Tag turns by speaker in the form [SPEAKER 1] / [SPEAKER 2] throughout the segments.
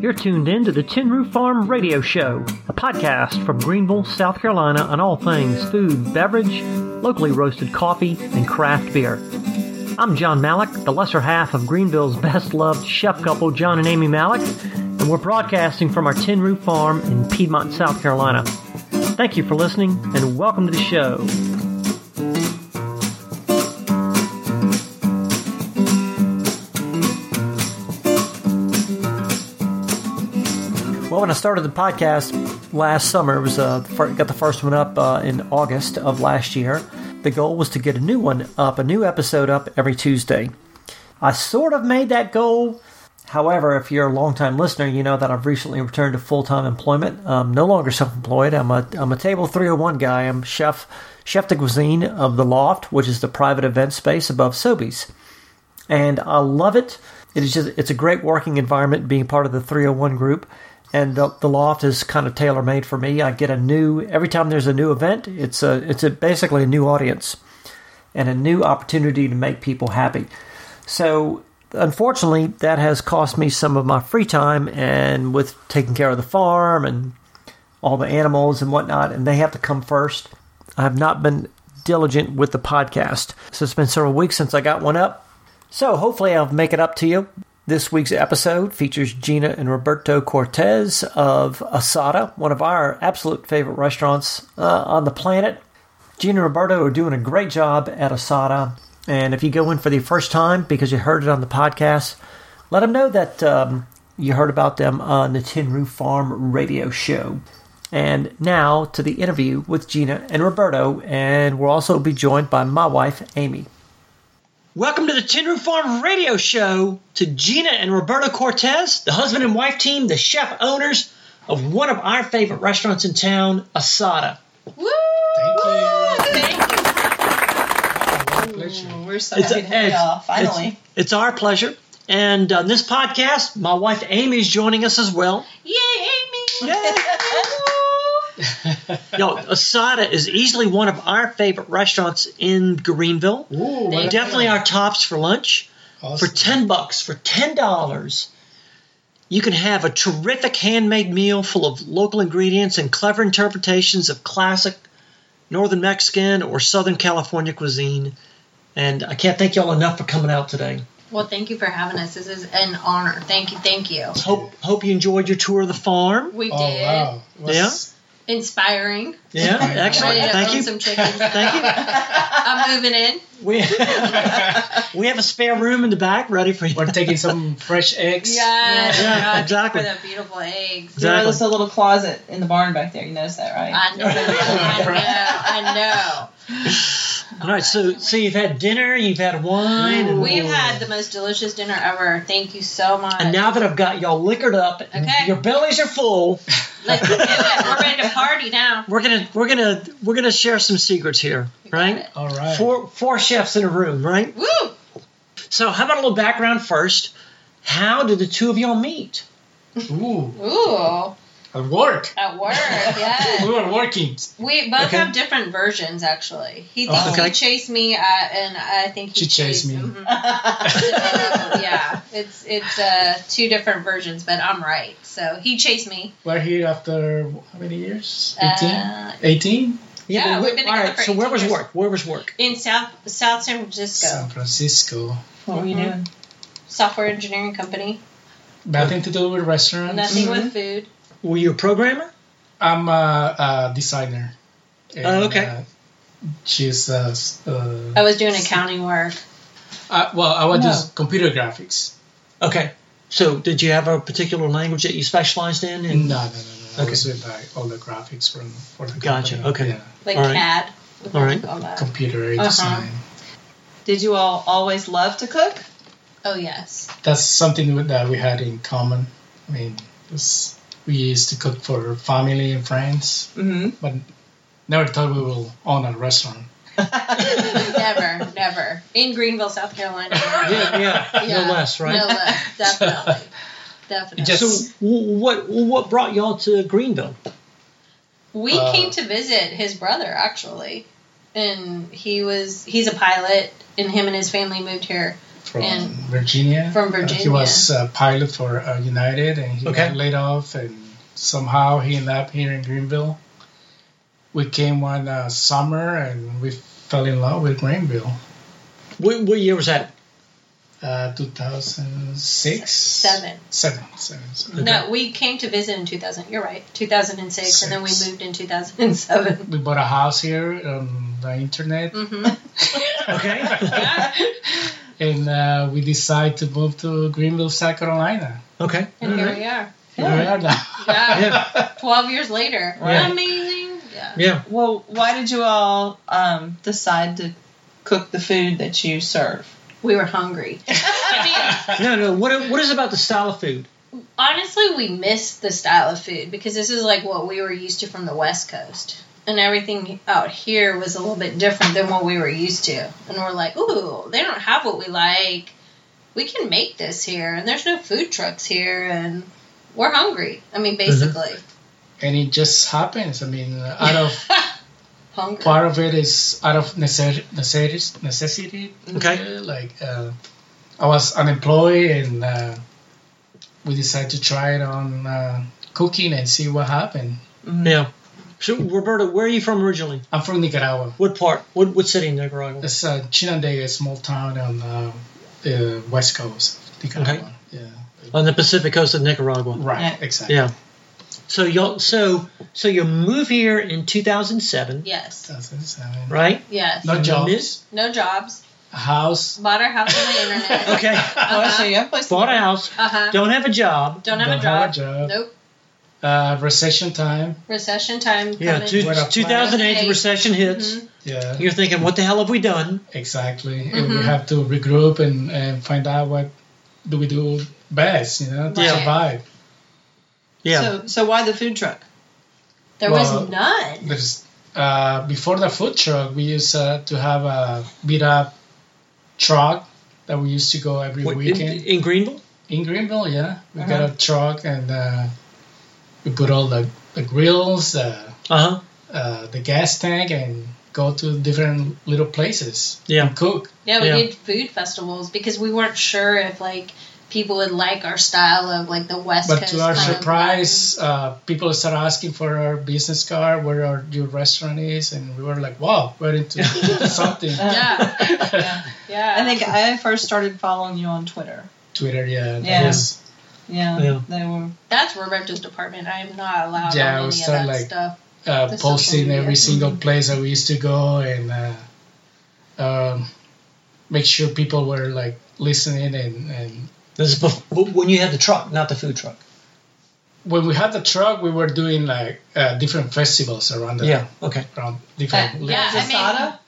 [SPEAKER 1] You're tuned in to the Tin Roof Farm Radio Show, a podcast from Greenville, South Carolina on all things food, beverage, locally roasted coffee, and craft beer. I'm John Malik, the lesser half of Greenville's best loved chef couple, John and Amy Malik, and we're broadcasting from our Tin Roof Farm in Piedmont, South Carolina. Thank you for listening, and welcome to the show. Well, when I started the podcast last summer, it was uh, the fir- got the first one up uh, in August of last year. The goal was to get a new one up, a new episode up every Tuesday. I sort of made that goal. However, if you're a longtime listener, you know that I've recently returned to full time employment. I'm no longer self employed. I'm a, I'm a Table 301 guy. I'm chef, chef de cuisine of The Loft, which is the private event space above Sobeys and I love it. It is just it's a great working environment being part of the 301 group, and the, the loft is kind of tailor made for me. I get a new every time there's a new event. It's a it's a, basically a new audience and a new opportunity to make people happy. So unfortunately, that has cost me some of my free time, and with taking care of the farm and all the animals and whatnot, and they have to come first. I have not been diligent with the podcast, so it's been several weeks since I got one up. So hopefully I'll make it up to you. This week's episode features Gina and Roberto Cortez of Asada, one of our absolute favorite restaurants uh, on the planet. Gina and Roberto are doing a great job at Asada, and if you go in for the first time because you heard it on the podcast, let them know that um, you heard about them on the Tin Roof Farm radio show. And now to the interview with Gina and Roberto, and we'll also be joined by my wife, Amy. Welcome to the Tin Roof Farm Radio Show to Gina and Roberto Cortez, the husband and wife team, the chef owners of one of our favorite restaurants in town, Asada.
[SPEAKER 2] Woo!
[SPEAKER 3] Thank you.
[SPEAKER 2] Thank you.
[SPEAKER 3] Pleasure.
[SPEAKER 2] We're so
[SPEAKER 1] It's-
[SPEAKER 2] happy to have
[SPEAKER 1] it's-
[SPEAKER 2] y'all finally.
[SPEAKER 1] It's our pleasure. And on this podcast, my wife Amy is joining us as well.
[SPEAKER 2] Yay, Amy!
[SPEAKER 1] Yay. No, Asada is easily one of our favorite restaurants in Greenville.
[SPEAKER 3] Ooh,
[SPEAKER 2] Thank you.
[SPEAKER 1] Definitely our tops for lunch. for
[SPEAKER 3] awesome.
[SPEAKER 1] 10 bucks for $10 you can have a terrific handmade meal full of local ingredients and clever interpretations of classic northern mexican or southern california cuisine and i can't thank y'all enough for coming out today
[SPEAKER 2] well, thank you for having us. This is an honor. Thank you, thank you.
[SPEAKER 1] hope hope you enjoyed your tour of the farm
[SPEAKER 2] We
[SPEAKER 3] Oh
[SPEAKER 2] did.
[SPEAKER 3] wow. What's-
[SPEAKER 2] Inspiring.
[SPEAKER 1] yeah excellent
[SPEAKER 2] Ready to
[SPEAKER 1] thank
[SPEAKER 2] own
[SPEAKER 1] you
[SPEAKER 2] some chickens.
[SPEAKER 1] thank
[SPEAKER 2] I'm moving in.
[SPEAKER 1] you we, we have a spare room in the back ready for you
[SPEAKER 3] We're taking some fresh eggs.
[SPEAKER 2] Yes.
[SPEAKER 1] Yeah,
[SPEAKER 2] God,
[SPEAKER 1] exactly.
[SPEAKER 2] For the beautiful eggs.
[SPEAKER 4] There
[SPEAKER 1] Exactly.
[SPEAKER 4] was a little closet in the barn back there. You noticed that, right?
[SPEAKER 2] I know. I know.
[SPEAKER 1] all right so so you've had dinner you've had wine
[SPEAKER 2] I know.
[SPEAKER 1] and,
[SPEAKER 2] We've had the most delicious dinner ever. Thank you so much.
[SPEAKER 1] and now that i've got y'all liquored up and
[SPEAKER 2] Okay.
[SPEAKER 1] your bellies are full
[SPEAKER 2] Let's do it. We're ready to party now.
[SPEAKER 1] we're gonna we're gonna we're gonna share some secrets here, right?
[SPEAKER 3] All right.
[SPEAKER 1] Four four chefs in a room, right?
[SPEAKER 2] Woo!
[SPEAKER 1] So how about a little background first? How did the two of y'all meet?
[SPEAKER 3] Ooh,
[SPEAKER 2] Ooh.
[SPEAKER 3] at work.
[SPEAKER 2] At work, yes.
[SPEAKER 3] We were working.
[SPEAKER 2] We both
[SPEAKER 1] Okay.
[SPEAKER 2] have different versions, actually. He thinks
[SPEAKER 3] Oh.
[SPEAKER 1] Okay.
[SPEAKER 2] he chased me, uh, and I think he
[SPEAKER 3] She chased me.
[SPEAKER 2] mhm. yeah, it's it's uh, two different versions, but I'm right. So he chased me.
[SPEAKER 3] We're here after how many years?
[SPEAKER 2] Uh,
[SPEAKER 3] 18? 18?
[SPEAKER 2] Yeah,
[SPEAKER 1] but
[SPEAKER 2] we've
[SPEAKER 1] wh-
[SPEAKER 2] been
[SPEAKER 1] all
[SPEAKER 2] together
[SPEAKER 1] right.
[SPEAKER 2] for
[SPEAKER 1] So where
[SPEAKER 2] 18
[SPEAKER 1] was
[SPEAKER 2] years.
[SPEAKER 1] work? Where was work?
[SPEAKER 2] in South South San Francisco,
[SPEAKER 3] San Francisco.
[SPEAKER 4] What were you
[SPEAKER 2] Mhm.
[SPEAKER 4] doing?
[SPEAKER 2] software engineering company.
[SPEAKER 3] Nothing to do with restaurants.
[SPEAKER 2] Nothing
[SPEAKER 1] Mm-hmm.
[SPEAKER 2] with food.
[SPEAKER 1] Were you a programmer?
[SPEAKER 3] I'm a, a designer. And,
[SPEAKER 1] Oh, okay. Oh.
[SPEAKER 3] Uh, she's uh, s- uh,
[SPEAKER 2] I was doing accounting work.
[SPEAKER 3] uh, well, I was
[SPEAKER 4] No.
[SPEAKER 3] just computer graphics.
[SPEAKER 1] Okay. So did you have a particular language that you specialized in?
[SPEAKER 3] No,
[SPEAKER 1] And,
[SPEAKER 3] no, no, no. I
[SPEAKER 1] Mm. Okay.
[SPEAKER 3] was with like, all the graphics from for the
[SPEAKER 1] Gotcha,
[SPEAKER 3] company.
[SPEAKER 1] okay.
[SPEAKER 3] Yeah.
[SPEAKER 2] Like
[SPEAKER 1] All right.
[SPEAKER 2] CAD.
[SPEAKER 1] All right.
[SPEAKER 2] that.
[SPEAKER 3] computer
[SPEAKER 2] Uh-huh.
[SPEAKER 3] design.
[SPEAKER 4] Did you all always love to cook?
[SPEAKER 2] Oh yes.
[SPEAKER 3] That's something with- that we had in common. I mean, it's, we used to cook for family and friends,
[SPEAKER 4] Mm-hmm.
[SPEAKER 3] but never thought we will own a restaurant.
[SPEAKER 2] never, never. In Greenville, South Carolina.
[SPEAKER 1] yeah, yeah,
[SPEAKER 2] Yeah.
[SPEAKER 1] no less, right?
[SPEAKER 2] No less. Definitely. Definitely.
[SPEAKER 3] It just-
[SPEAKER 1] So wh- what what brought y'all to Greenville?
[SPEAKER 2] We
[SPEAKER 3] Uh,
[SPEAKER 2] came to visit his brother actually, and he was he's a pilot, and him and his family moved here
[SPEAKER 3] from
[SPEAKER 2] And-
[SPEAKER 3] Virginia. Uh,
[SPEAKER 2] From
[SPEAKER 3] He
[SPEAKER 2] Virginia.
[SPEAKER 3] was a pilot for uh, United, and he
[SPEAKER 1] Okay.
[SPEAKER 3] got laid off, and somehow he ended up here in Greenville. We came one uh, summer, and we fell in love with Greenville.
[SPEAKER 1] What, what year was that?
[SPEAKER 3] Uh, 2006?
[SPEAKER 2] Seven.
[SPEAKER 3] Seven. Seven. seven.
[SPEAKER 2] No, we came to visit in 2000. You're right, 2006, and then we
[SPEAKER 3] Six.
[SPEAKER 2] moved in 2007.
[SPEAKER 3] We bought a house here on the internet,
[SPEAKER 2] hmm
[SPEAKER 1] Okay.
[SPEAKER 3] and uh, we decided to move to Greenville, South Carolina.
[SPEAKER 1] okay.
[SPEAKER 2] And
[SPEAKER 1] All
[SPEAKER 2] here
[SPEAKER 1] right.
[SPEAKER 2] we are.
[SPEAKER 3] Here we are now.
[SPEAKER 2] Yeah,
[SPEAKER 1] Yeah.
[SPEAKER 2] 12 years later.
[SPEAKER 1] Right.
[SPEAKER 2] Amazing. Yeah.
[SPEAKER 1] Yeah.
[SPEAKER 4] Well, why did you all um, decide to cook the food that you serve?
[SPEAKER 2] We were hungry. I mean,
[SPEAKER 1] No, no. What, what is it about the style of food?
[SPEAKER 2] honestly, we missed the style of food because this is like what we were used to from the West Coast. And everything out here was a little bit different than what we were used to. And we're like, ooh, they don't have what we like. We can make this here. And there's no food trucks here. And we're hungry. I mean,
[SPEAKER 3] Mm-hmm.
[SPEAKER 2] basically.
[SPEAKER 3] and it just happens. I mean, uh, out of
[SPEAKER 2] hungry.
[SPEAKER 3] part of it is out of necess- necess- necessity.
[SPEAKER 2] Mm-hmm.
[SPEAKER 1] Okay.
[SPEAKER 3] uh, Like uh, I was unemployed, and uh, we decided to try it on uh, cooking and see what happened.
[SPEAKER 1] Yeah. So, Roberta, where are you from originally?
[SPEAKER 3] I'm from Nicaragua.
[SPEAKER 1] What part? What, what city in Nicaragua?
[SPEAKER 3] It's uh, Chinandega, a small town on uh, the west coast of Nicaragua. Yeah.
[SPEAKER 1] On the Pacific coast of Nicaragua.
[SPEAKER 3] Right.
[SPEAKER 4] Yeah.
[SPEAKER 3] Exactly.
[SPEAKER 1] Yeah. So y'all, so so you move here in 2007,
[SPEAKER 2] Yes.
[SPEAKER 3] That's it, so, I mean,
[SPEAKER 1] right?
[SPEAKER 2] Yes.
[SPEAKER 3] No
[SPEAKER 1] In the
[SPEAKER 3] jobs,
[SPEAKER 1] midst-
[SPEAKER 2] No jobs.
[SPEAKER 3] a house.
[SPEAKER 2] Bought our house on the internet.
[SPEAKER 1] Okay.
[SPEAKER 4] Oh, so you have places.
[SPEAKER 1] Bought a house.
[SPEAKER 2] Uh huh.
[SPEAKER 1] Don't have a job.
[SPEAKER 2] Don't have a
[SPEAKER 3] Don't have
[SPEAKER 2] job.
[SPEAKER 3] a job.
[SPEAKER 2] Nope.
[SPEAKER 3] Uh, recession time.
[SPEAKER 2] Recession time.
[SPEAKER 1] Yeah.
[SPEAKER 2] coming.
[SPEAKER 1] Two,
[SPEAKER 3] What a Mm-hmm.
[SPEAKER 1] 2008 the
[SPEAKER 2] plan.
[SPEAKER 1] recession hits.
[SPEAKER 2] Mhm.
[SPEAKER 3] Yeah.
[SPEAKER 1] You're thinking, what the hell have we done?
[SPEAKER 3] Exactly, and we have to regroup and, and find out what do we do best, you know, to
[SPEAKER 2] Right.
[SPEAKER 3] survive.
[SPEAKER 4] So, so why the food truck?
[SPEAKER 2] There
[SPEAKER 3] Well,
[SPEAKER 2] was none.
[SPEAKER 3] There's uh, before the food truck, we used uh, to have a beat up truck that we used to go every
[SPEAKER 1] What, in,
[SPEAKER 3] weekend
[SPEAKER 1] in Greenville?
[SPEAKER 3] in Greenville. Yeah, we got a truck and uh, we put all the the grills, uh,
[SPEAKER 1] Uh huh.
[SPEAKER 3] uh, the gas tank, and go to different little places
[SPEAKER 1] Yeah.
[SPEAKER 3] and cook.
[SPEAKER 2] Yeah, we
[SPEAKER 1] Yeah.
[SPEAKER 2] did food festivals because we weren't sure if like people would like our style of like the West
[SPEAKER 3] But
[SPEAKER 2] Coast.
[SPEAKER 3] to our
[SPEAKER 2] kind of
[SPEAKER 3] surprise, uh, people started asking for our business card, where our your restaurant is, and we were like, "Wow, we're into something."
[SPEAKER 2] vibe. Yeah,
[SPEAKER 4] Yeah.
[SPEAKER 2] yeah.
[SPEAKER 4] I think I first started following you on Twitter.
[SPEAKER 3] Twitter, yeah, that
[SPEAKER 4] Yeah.
[SPEAKER 3] was-
[SPEAKER 4] Yeah,
[SPEAKER 1] Yeah.
[SPEAKER 4] they were.
[SPEAKER 2] that's Roberto's department. I am not allowed
[SPEAKER 3] Yeah,
[SPEAKER 2] on
[SPEAKER 3] I
[SPEAKER 2] any
[SPEAKER 3] was
[SPEAKER 2] of
[SPEAKER 3] sort
[SPEAKER 2] that
[SPEAKER 3] of like-
[SPEAKER 2] stuff.
[SPEAKER 3] uh,
[SPEAKER 2] The social
[SPEAKER 3] posting
[SPEAKER 2] media.
[SPEAKER 3] every single place that we used to go, and uh, um, make sure people were like listening. And, and
[SPEAKER 1] This is before, when you had the truck, not the food truck.
[SPEAKER 3] when we had the truck, we were doing like uh, different festivals around the
[SPEAKER 1] Yeah. Okay.
[SPEAKER 3] around different.
[SPEAKER 2] Uh, yeah. I mean-
[SPEAKER 4] Zasada?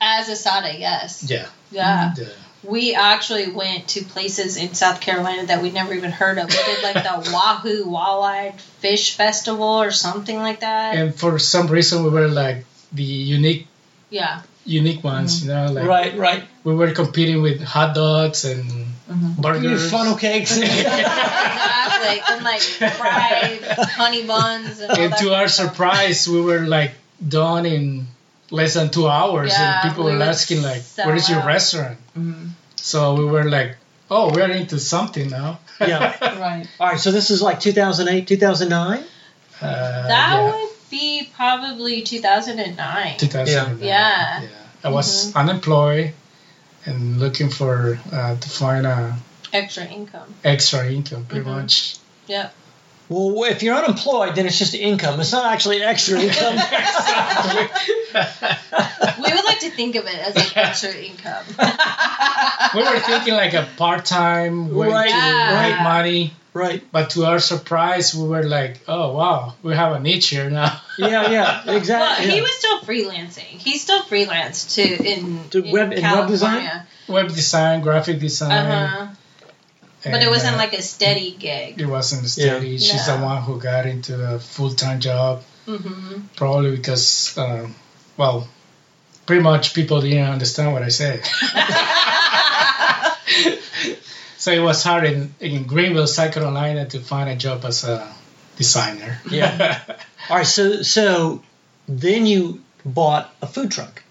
[SPEAKER 2] As Asada, yes.
[SPEAKER 3] yeah, uh,
[SPEAKER 2] Yeah.
[SPEAKER 3] yeah.
[SPEAKER 2] We actually went to places in South Carolina that we never even heard of. We did like the Wahoo Walleye Fish Festival or something like that.
[SPEAKER 3] And for some reason, we were like the unique
[SPEAKER 2] yeah.
[SPEAKER 3] unique ones, you know, like.
[SPEAKER 1] Mm-hmm. Right. Right.
[SPEAKER 3] we were competing with hot dogs and
[SPEAKER 1] Mm-hmm.
[SPEAKER 3] burgers.
[SPEAKER 1] Funnel cakes.
[SPEAKER 2] Exactly. And like fried honey buns and all
[SPEAKER 3] and
[SPEAKER 2] that
[SPEAKER 3] to our
[SPEAKER 2] stuff.
[SPEAKER 3] surprise, we were like done in less than two hours,
[SPEAKER 2] Yeah,
[SPEAKER 3] and people
[SPEAKER 2] we
[SPEAKER 3] were
[SPEAKER 2] were
[SPEAKER 3] asking like,
[SPEAKER 2] so
[SPEAKER 3] "Where is your
[SPEAKER 2] out.
[SPEAKER 3] restaurant?"
[SPEAKER 4] Mm-hmm.
[SPEAKER 3] So we were like, "Oh, we're into something now."
[SPEAKER 1] yeah.
[SPEAKER 4] Right.
[SPEAKER 1] All right. So this is like 2008, 2009.
[SPEAKER 3] Uh,
[SPEAKER 2] That
[SPEAKER 3] yeah,
[SPEAKER 2] would be probably 2009.
[SPEAKER 3] 2009.
[SPEAKER 2] Yeah. Mm-hmm.
[SPEAKER 3] yeah. I was unemployed and looking for uh, to find a
[SPEAKER 2] Extra income.
[SPEAKER 3] extra income, pretty
[SPEAKER 2] Mm-hmm.
[SPEAKER 3] much.
[SPEAKER 2] Yep.
[SPEAKER 1] Well, if you're unemployed, then it's just income. It's not actually extra income.
[SPEAKER 2] We would like to think of it as like extra income.
[SPEAKER 3] we were thinking like a part-time way
[SPEAKER 1] Right.
[SPEAKER 3] to
[SPEAKER 2] Yeah.
[SPEAKER 3] make money.
[SPEAKER 1] right.
[SPEAKER 3] But to our surprise, we were like, "Oh wow, we have a niche here now."
[SPEAKER 1] Yeah. Yeah.
[SPEAKER 2] Well,
[SPEAKER 1] Exactly.
[SPEAKER 2] he
[SPEAKER 1] yeah.
[SPEAKER 2] was still freelancing. He still freelanced too in,
[SPEAKER 1] To
[SPEAKER 2] in
[SPEAKER 1] web- in web design? Oh,
[SPEAKER 2] California.
[SPEAKER 3] Web design, graphic design,
[SPEAKER 2] Uh-huh. But it
[SPEAKER 3] and,
[SPEAKER 2] wasn't
[SPEAKER 3] uh,
[SPEAKER 2] like a steady gig.
[SPEAKER 3] it wasn't
[SPEAKER 1] Yeah.
[SPEAKER 3] steady. She's the
[SPEAKER 2] No.
[SPEAKER 3] one who got into a full-time job,
[SPEAKER 2] hmm
[SPEAKER 3] probably because, um, well, pretty much people didn't understand what I said. so it was hard in, in Greenville, South Carolina, to find a job as a designer.
[SPEAKER 1] Yeah. All right. So so then you bought a food truck.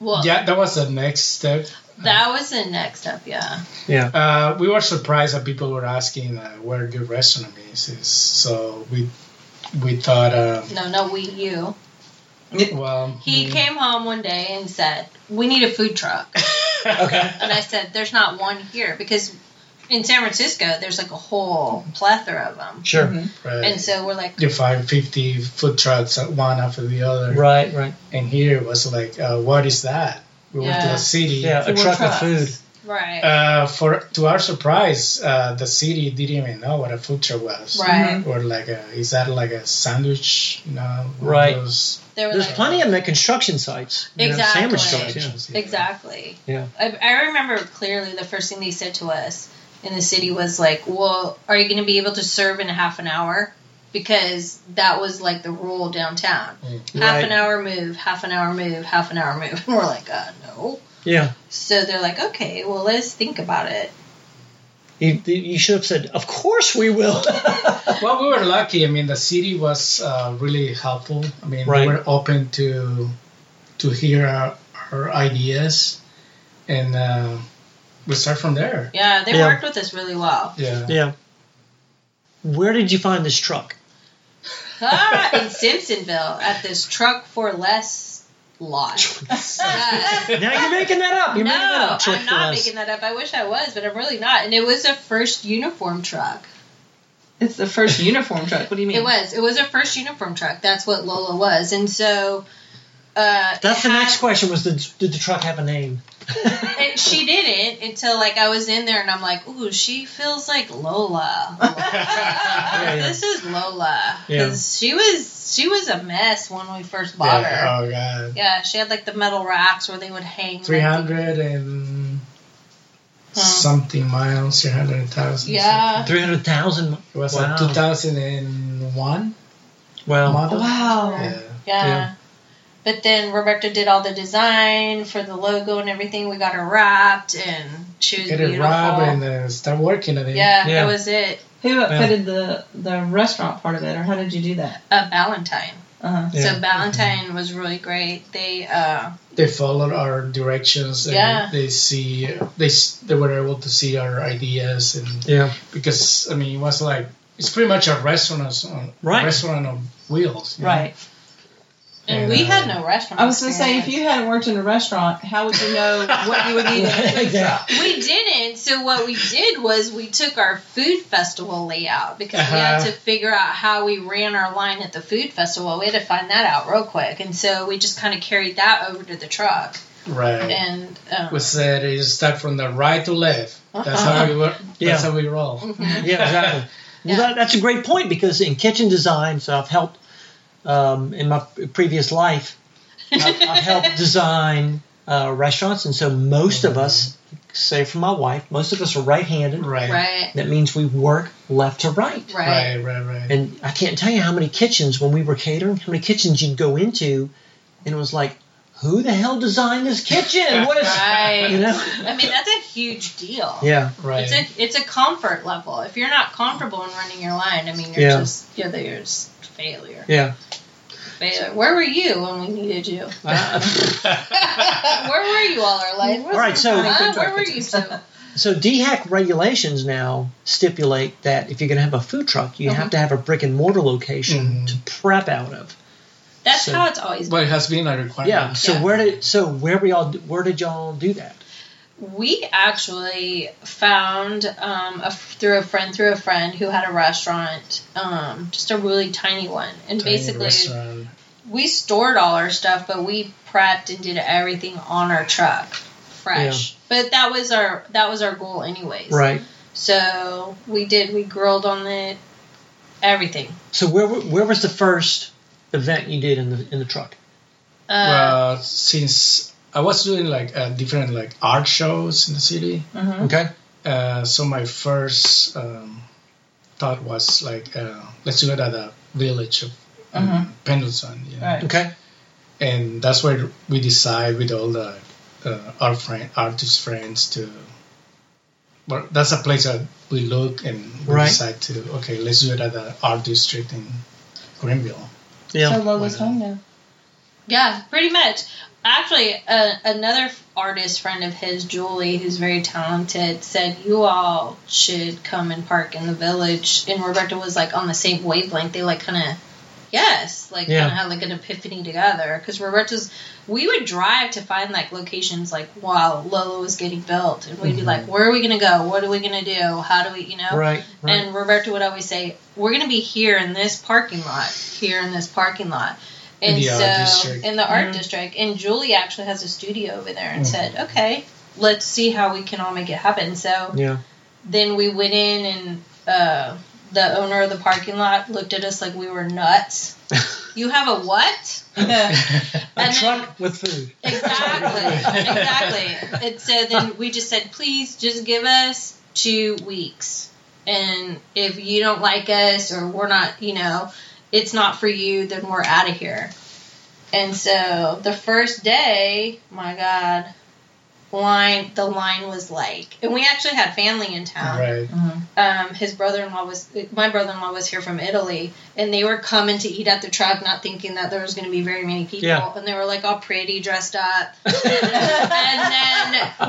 [SPEAKER 2] Well,
[SPEAKER 3] yeah, that was the next step.
[SPEAKER 2] That was the next up, yeah.
[SPEAKER 1] Yeah.
[SPEAKER 3] Uh, we were surprised that people were asking uh, where a good restaurant is. It's- So we we thought, um,
[SPEAKER 2] No, no, we, you.
[SPEAKER 3] well,
[SPEAKER 2] He
[SPEAKER 1] Mm-hmm.
[SPEAKER 3] mm,
[SPEAKER 2] came home one day and said, "We need a food truck."
[SPEAKER 1] Okay.
[SPEAKER 2] And I said, "There's not one here because in San Francisco there's like a whole plethora of them."
[SPEAKER 1] Sure.
[SPEAKER 4] Mhm.
[SPEAKER 3] right.
[SPEAKER 2] And so we're like,
[SPEAKER 3] you find 50 food trucks uh, one after the other.
[SPEAKER 1] Right, right.
[SPEAKER 3] And here it was like, uh, what is that? We went to
[SPEAKER 2] Yeah.
[SPEAKER 3] the city.
[SPEAKER 1] Yeah, a
[SPEAKER 4] Four
[SPEAKER 1] truck
[SPEAKER 4] trucks.
[SPEAKER 1] of food.
[SPEAKER 2] "Right,
[SPEAKER 3] Uh, for to our surprise, uh, the city didn't even know what a food truck was.
[SPEAKER 1] Mm-hmm.
[SPEAKER 2] right."
[SPEAKER 3] Or like, a, is that like a sandwich? You know, one of
[SPEAKER 1] Right.
[SPEAKER 3] those-
[SPEAKER 2] There was
[SPEAKER 1] There's
[SPEAKER 2] like,
[SPEAKER 1] plenty of them at construction sites. you know,
[SPEAKER 2] Exactly.
[SPEAKER 1] Sandwich
[SPEAKER 3] Right,
[SPEAKER 1] shops, yeah.
[SPEAKER 3] yeah.
[SPEAKER 2] exactly.
[SPEAKER 1] Yeah.
[SPEAKER 2] I, I remember clearly the first thing they said to us in the city was like, "Well, are you going to be able to serve in a half an hour?" Because that was like the rule downtown. Half
[SPEAKER 1] Mm. Right.
[SPEAKER 2] an hour move, half an hour move, half an hour move. And we're like, uh, no.
[SPEAKER 1] Yeah.
[SPEAKER 2] So they're like, okay, well, let's think about it.
[SPEAKER 1] You, you should have said, of course we will.
[SPEAKER 3] Well, we were lucky. I mean, the city was uh, really helpful. I mean,
[SPEAKER 1] Right.
[SPEAKER 3] we were open to to hear our, our ideas, and uh, we start from there.
[SPEAKER 2] Yeah, they
[SPEAKER 1] Yeah.
[SPEAKER 2] worked with us really well.
[SPEAKER 3] Yeah.
[SPEAKER 1] yeah. Where did you find this truck?
[SPEAKER 2] Ah, in Simpsonville at this truck for less lot. Yes.
[SPEAKER 1] Now you're making that up. You're
[SPEAKER 2] no,
[SPEAKER 1] making that up. Truck
[SPEAKER 2] I'm
[SPEAKER 1] for
[SPEAKER 2] not
[SPEAKER 1] less.
[SPEAKER 2] making that up. I wish I was, but I'm really not. And it was a first uniform truck.
[SPEAKER 4] It's the first uniform truck. What do you mean?
[SPEAKER 2] It was. It was a first uniform truck. That's what Lola was. And so. Uh,
[SPEAKER 1] That's the
[SPEAKER 2] it had-
[SPEAKER 1] next question was, did, did the truck have a name?
[SPEAKER 2] And she didn't until like I was in there and I'm like, ooh, she feels like Lola.
[SPEAKER 1] yeah.
[SPEAKER 2] This is Lola.
[SPEAKER 1] Yeah.
[SPEAKER 2] 'Cause she was she was a mess when we first bought her.
[SPEAKER 1] uh,
[SPEAKER 3] Oh God.
[SPEAKER 2] Yeah, she had like the metal racks where they would hang. like,
[SPEAKER 3] Three hundred and
[SPEAKER 2] Huh.
[SPEAKER 3] something miles. Three hundred thousand.
[SPEAKER 2] Yeah.
[SPEAKER 1] 300,000.
[SPEAKER 3] It was
[SPEAKER 1] Wow.
[SPEAKER 3] like two thousand and one
[SPEAKER 1] Wow.
[SPEAKER 3] model.
[SPEAKER 4] Oh, Wow.
[SPEAKER 3] Yeah.
[SPEAKER 2] Yeah.
[SPEAKER 1] Yeah.
[SPEAKER 2] But then Roberta did all the design for the logo and everything. We got her wrapped and she was
[SPEAKER 3] Get it
[SPEAKER 2] beautiful.
[SPEAKER 3] robbed and uh, start working at it.
[SPEAKER 2] yeah,
[SPEAKER 1] Yeah.
[SPEAKER 2] that was it.
[SPEAKER 4] Who outfitted the the restaurant part of it, or how did you do that?
[SPEAKER 2] Uh, Valentine.
[SPEAKER 4] Uh-huh.
[SPEAKER 1] Yeah.
[SPEAKER 2] So Valentine was really great. They uh
[SPEAKER 3] They followed our directions. And
[SPEAKER 2] Yeah.
[SPEAKER 3] They see. They s- they were able to see our ideas and
[SPEAKER 1] Yeah.
[SPEAKER 3] because I mean it was like it's pretty much a restaurant on
[SPEAKER 1] Right.
[SPEAKER 3] restaurant on wheels. you know?
[SPEAKER 4] Right.
[SPEAKER 2] and
[SPEAKER 3] And,
[SPEAKER 2] we
[SPEAKER 3] uh,
[SPEAKER 2] had no restaurant.
[SPEAKER 4] I was going to say, if
[SPEAKER 2] experience.
[SPEAKER 4] you hadn't worked in a restaurant, how would you know what you would eat in a food
[SPEAKER 1] Yeah.
[SPEAKER 4] truck?
[SPEAKER 2] We didn't. So what we did was we took our food festival layout because we had
[SPEAKER 3] Uh-huh.
[SPEAKER 2] to figure out how we ran our line at the food festival. We had to find that out real quick, and so we just kind of carried that over to the truck.
[SPEAKER 3] Right.
[SPEAKER 2] And um,
[SPEAKER 3] we said you start from the right to left. That's how we work.
[SPEAKER 1] Yeah.
[SPEAKER 3] That's how we roll.
[SPEAKER 2] mhm.
[SPEAKER 1] yeah, exactly. Well,
[SPEAKER 2] Yeah.
[SPEAKER 1] that, that's a great point because in kitchen design, so I've helped um, in my previous life, I've, I've helped design uh, restaurants, and so most of us, save for my wife, most of us are right-handed.
[SPEAKER 3] Right.
[SPEAKER 2] right,
[SPEAKER 1] That means we work left to right.
[SPEAKER 2] right,
[SPEAKER 3] Right. Right. Right.
[SPEAKER 1] And I can't tell you how many kitchens when we were catering, how many kitchens you'd go into, and it was like, who the hell designed this kitchen? What is
[SPEAKER 2] Right.
[SPEAKER 1] you know?
[SPEAKER 2] I mean, that's a huge deal.
[SPEAKER 1] Yeah,
[SPEAKER 3] right.
[SPEAKER 2] It's a it's a comfort level. If you're not comfortable in running your line, I mean, you're
[SPEAKER 1] Yeah.
[SPEAKER 2] just you're there's failure.
[SPEAKER 1] yeah.
[SPEAKER 2] Failure. Where were you when we needed you?
[SPEAKER 1] Uh,
[SPEAKER 2] Where were you all our life?
[SPEAKER 1] All right, so-
[SPEAKER 2] Huh? where were you two?
[SPEAKER 1] So DHEC regulations now stipulate that if you're going to have a food truck, you
[SPEAKER 2] Mm-hmm.
[SPEAKER 1] have to have a brick and mortar location
[SPEAKER 3] Mhm.
[SPEAKER 1] to prep out of.
[SPEAKER 2] That's
[SPEAKER 1] So-
[SPEAKER 2] how it's always been.
[SPEAKER 3] Well, it has been a requirement.
[SPEAKER 1] Yeah. So
[SPEAKER 2] Yeah.
[SPEAKER 1] where did so where we all where did y'all do that?
[SPEAKER 2] We actually found um, a, through a friend through a friend who had a restaurant, um, just a really tiny one, and
[SPEAKER 3] Tiny
[SPEAKER 2] basically
[SPEAKER 3] restaurant.
[SPEAKER 2] we stored all our stuff, but we prepped and did everything on our truck, fresh. But that was our that was our goal, anyways.
[SPEAKER 1] Right.
[SPEAKER 2] So we did. We grilled on it, everything.
[SPEAKER 1] So where were- where was the first event you did in the in the truck?
[SPEAKER 2] Uh,
[SPEAKER 3] well, since I was doing like uh, different like art shows in the city,
[SPEAKER 4] Mhm.
[SPEAKER 1] Okay.
[SPEAKER 3] uh, so my first um, thought was like, uh, let's do it at the village of um,
[SPEAKER 4] Mhm.
[SPEAKER 3] Pendleton. You know?
[SPEAKER 4] Right.
[SPEAKER 1] Okay.
[SPEAKER 3] and that's where we decide with all the uh, our friend artist friends to but that's a place that we look and we
[SPEAKER 1] Right.
[SPEAKER 3] decide to okay let's do it at the art district in greenville
[SPEAKER 1] Yeah.
[SPEAKER 4] So Lola's home now.
[SPEAKER 2] yeah, pretty much. Actually, uh, another artist friend of his, Julie, who's very talented, said, You all should come and park in the village. And Roberta was like on the same wavelength. They like kind of, yes, like
[SPEAKER 3] Yeah.
[SPEAKER 2] kind of had like an epiphany together. Because Roberta's, we would drive to find like locations like while Lola was getting built. And we'd be
[SPEAKER 3] Mhm.
[SPEAKER 2] like, Where are we going to go? What are we going to do? How do we, you know?
[SPEAKER 3] Right. Right.
[SPEAKER 2] And Roberto would always say, "We're going to be here in this parking lot, here in this parking lot."
[SPEAKER 3] In
[SPEAKER 2] And
[SPEAKER 3] the
[SPEAKER 2] so
[SPEAKER 3] art district. Mm-hmm.
[SPEAKER 2] in the art
[SPEAKER 4] Mhm.
[SPEAKER 2] district, and Julie actually has a studio over there, and
[SPEAKER 3] Mhm.
[SPEAKER 2] said, "Okay, let's see how we can all make it happen." So
[SPEAKER 1] Yeah.
[SPEAKER 2] then we went in, and uh, the owner of the parking lot looked at us like we were nuts. you have a what?
[SPEAKER 3] a
[SPEAKER 2] And
[SPEAKER 3] truck with food.
[SPEAKER 2] Exactly, exactly. And so then we just said, please just give us two weeks. And if you don't like us or we're not, you know, it's not for you, then we're out of here. And so the first day, my God, line the line was like, and we actually had family in town
[SPEAKER 3] Right.
[SPEAKER 2] um, his brother-in-law was my brother-in-law was here from Italy, and they were coming to eat at the truck, not thinking that there was going to be very many people,
[SPEAKER 1] Yeah.
[SPEAKER 2] and they were like all pretty, dressed up,
[SPEAKER 4] and
[SPEAKER 2] and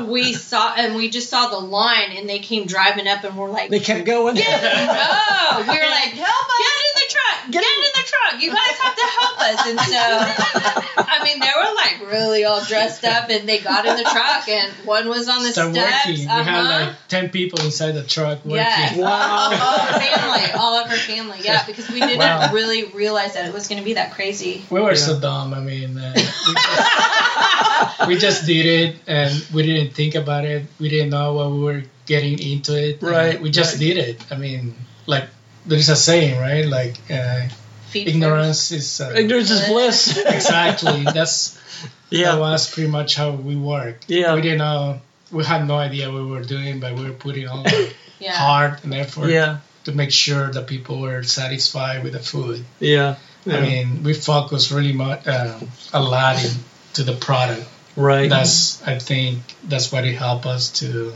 [SPEAKER 2] then we saw and we just saw the line, and they came driving up, and we're like,
[SPEAKER 1] They kept going.
[SPEAKER 2] "Get- no, Oh, we were like.
[SPEAKER 4] like, help
[SPEAKER 2] Get in the truck! Get in the truck! You guys have to help us. And so, I mean, they were like really all dressed up, and they got in the truck, and one was on the
[SPEAKER 3] Start
[SPEAKER 2] steps.
[SPEAKER 3] working.
[SPEAKER 2] uh-huh.
[SPEAKER 3] We had like ten people inside the truck working.
[SPEAKER 2] Yes. all of her
[SPEAKER 1] Wow.
[SPEAKER 2] Oh, family, all of her family, yeah, because we didn't
[SPEAKER 3] Wow.
[SPEAKER 2] really realize that it was going to be that crazy.
[SPEAKER 3] We were
[SPEAKER 1] Yeah.
[SPEAKER 3] so dumb. I mean, uh, we, just, we just did it, and we didn't think about it. We didn't know what we were getting into it. and
[SPEAKER 1] Right,
[SPEAKER 3] We just
[SPEAKER 1] right.
[SPEAKER 3] did it. I mean, like there's a saying, right? Like uh,
[SPEAKER 2] Feed
[SPEAKER 3] ignorance is uh,
[SPEAKER 1] Ignorance is bliss.
[SPEAKER 3] exactly. That's that
[SPEAKER 1] Yeah.
[SPEAKER 3] was pretty much how we work.
[SPEAKER 1] Yeah.
[SPEAKER 3] We didn't know. We had no idea what we were doing, but we were putting all the
[SPEAKER 2] first. Yeah.
[SPEAKER 3] heart and effort
[SPEAKER 1] Yeah.
[SPEAKER 3] to make sure that people were satisfied with the food.
[SPEAKER 1] Yeah.
[SPEAKER 3] I
[SPEAKER 1] Yeah.
[SPEAKER 3] mean, we focus really much uh, a lot in, to the product.
[SPEAKER 1] right.
[SPEAKER 3] That's I think that's what it helped us to.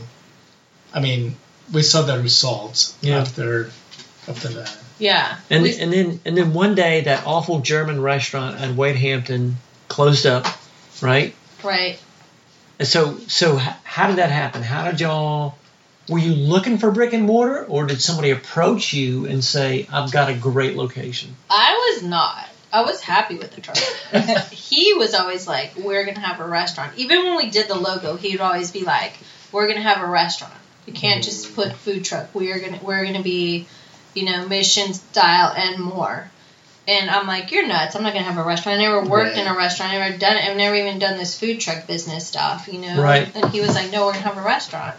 [SPEAKER 3] I mean, we saw the results
[SPEAKER 1] Yeah.
[SPEAKER 3] after after that.
[SPEAKER 2] Yeah.
[SPEAKER 1] And
[SPEAKER 2] We-
[SPEAKER 1] and then and then one day that awful German restaurant in Wadehampton closed up, right?
[SPEAKER 2] right.
[SPEAKER 1] And so so h- how did that happen? How did y'all? Were you looking for brick and mortar, or did somebody approach you and say, "I've got a great location"?
[SPEAKER 2] I was not. I was happy with the truck.
[SPEAKER 4] us.
[SPEAKER 2] he was always like, "We're going to have a restaurant." Even when we did the logo, he would always be like, "We're going to have a restaurant. You can't just put food truck. We are going to we're going to be, you know, mission style and more." And I'm like, "You're nuts. I'm not going to have a restaurant. I never worked in a restaurant. I never done it. I've never even done this food truck business stuff, you know."
[SPEAKER 1] Right.
[SPEAKER 2] And he was like, "No, we're going to have a restaurant."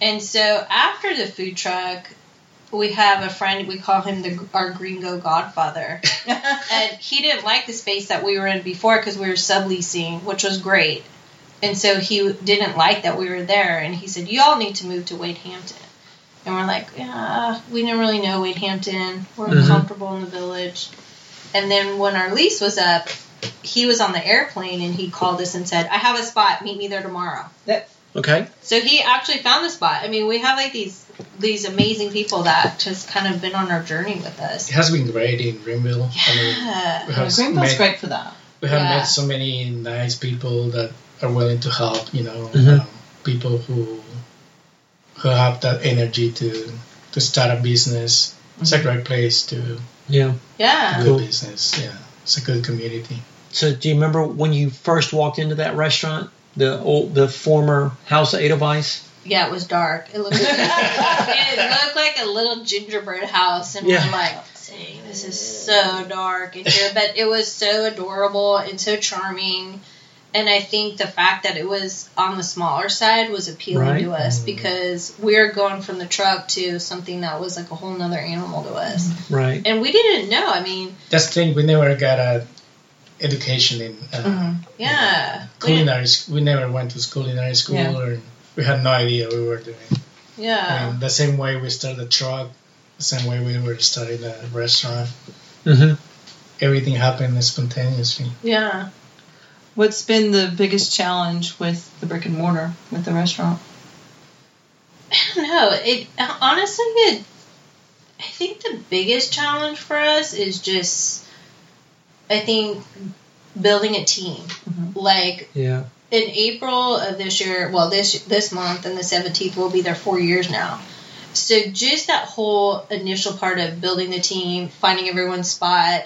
[SPEAKER 2] And so after the food truck, we have a friend. We call him the our Gringo Godfather and he didn't like the space that we were in before because we were subleasing, which was great. And so he didn't like that we were there, and he said, "You all need to move to Wadehampton." And we're like, "Yeah, we didn't really know Wadehampton. We're
[SPEAKER 3] Mm-hmm.
[SPEAKER 1] Mhm.
[SPEAKER 2] comfortable in the village." And then when our lease was up, he was on the airplane and he called us and said, "I have a spot. Meet me there tomorrow."
[SPEAKER 1] Okay.
[SPEAKER 2] So he actually found the spot. I mean, we have like these these amazing people that just kind of been on our journey with us.
[SPEAKER 3] It has been great in Greenville. I mean,
[SPEAKER 2] Yeah.
[SPEAKER 3] we have,
[SPEAKER 4] Greenville's
[SPEAKER 3] met,
[SPEAKER 4] great for that.
[SPEAKER 3] we have
[SPEAKER 2] Yeah.
[SPEAKER 3] met so many nice people that are willing to help. You know,
[SPEAKER 1] Mhm.
[SPEAKER 3] um, people who who have that energy to to start a business. It's a great place to
[SPEAKER 1] Yeah.
[SPEAKER 2] Yeah.
[SPEAKER 3] do
[SPEAKER 1] Cool.
[SPEAKER 3] business. Yeah, it's a good community.
[SPEAKER 1] So do you remember when you first walked into that restaurant, the old, the former House of Edelweiss?
[SPEAKER 2] Yeah, it was dark. It looked like, it looked like a little gingerbread house, and
[SPEAKER 1] Yeah.
[SPEAKER 2] we're like, "Dang, this is so dark in here." But it was so adorable and so charming, and I think the fact that it was on the smaller side was appealing to
[SPEAKER 1] Right.
[SPEAKER 2] us
[SPEAKER 3] Mm.
[SPEAKER 2] because we were going from the truck to something that was like a whole nother animal to us,
[SPEAKER 1] Right.
[SPEAKER 2] and we didn't know. I mean,
[SPEAKER 3] That's the thing. We never got a education in. Uh,
[SPEAKER 2] Mm-hmm. yeah, we didn't-
[SPEAKER 3] culinary school. We never went to culinary school,
[SPEAKER 4] Yeah.
[SPEAKER 3] or we had no idea we were doing. I
[SPEAKER 2] yeah,
[SPEAKER 3] mean, the same way we started the truck, the same way we were starting the restaurant.
[SPEAKER 1] Mm-hmm.
[SPEAKER 3] Everything happened spontaneously.
[SPEAKER 2] yeah.
[SPEAKER 4] What's been the biggest challenge with the brick and mortar with the restaurant?
[SPEAKER 2] I don't know. It honestly, it, I think the biggest challenge for us is just, I think, building a team.
[SPEAKER 4] Mhm.
[SPEAKER 2] Like
[SPEAKER 1] Yeah.
[SPEAKER 2] in April of this year, well, this this month and the 17th will be there four years now. So just that whole initial part of building the team, finding everyone's spot,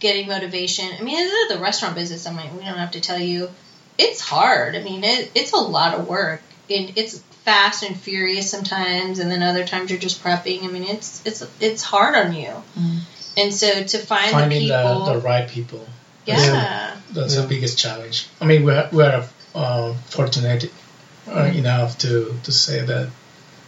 [SPEAKER 2] getting motivation. I mean, this is the restaurant business. I'm like, we don't have to tell you, it's hard. I mean, it, it's a lot of work. It, it's fast and furious sometimes, and then other times you're just prepping. I mean, it's it's it's hard on you.
[SPEAKER 4] Mm.
[SPEAKER 2] And so to find
[SPEAKER 3] Finding
[SPEAKER 2] the
[SPEAKER 3] the,
[SPEAKER 2] people,
[SPEAKER 3] the right people.
[SPEAKER 2] yeah.
[SPEAKER 3] That's the biggest challenge. I mean, we're, we're uh, fortunate uh,
[SPEAKER 2] Mm-hmm.
[SPEAKER 3] enough to, to say that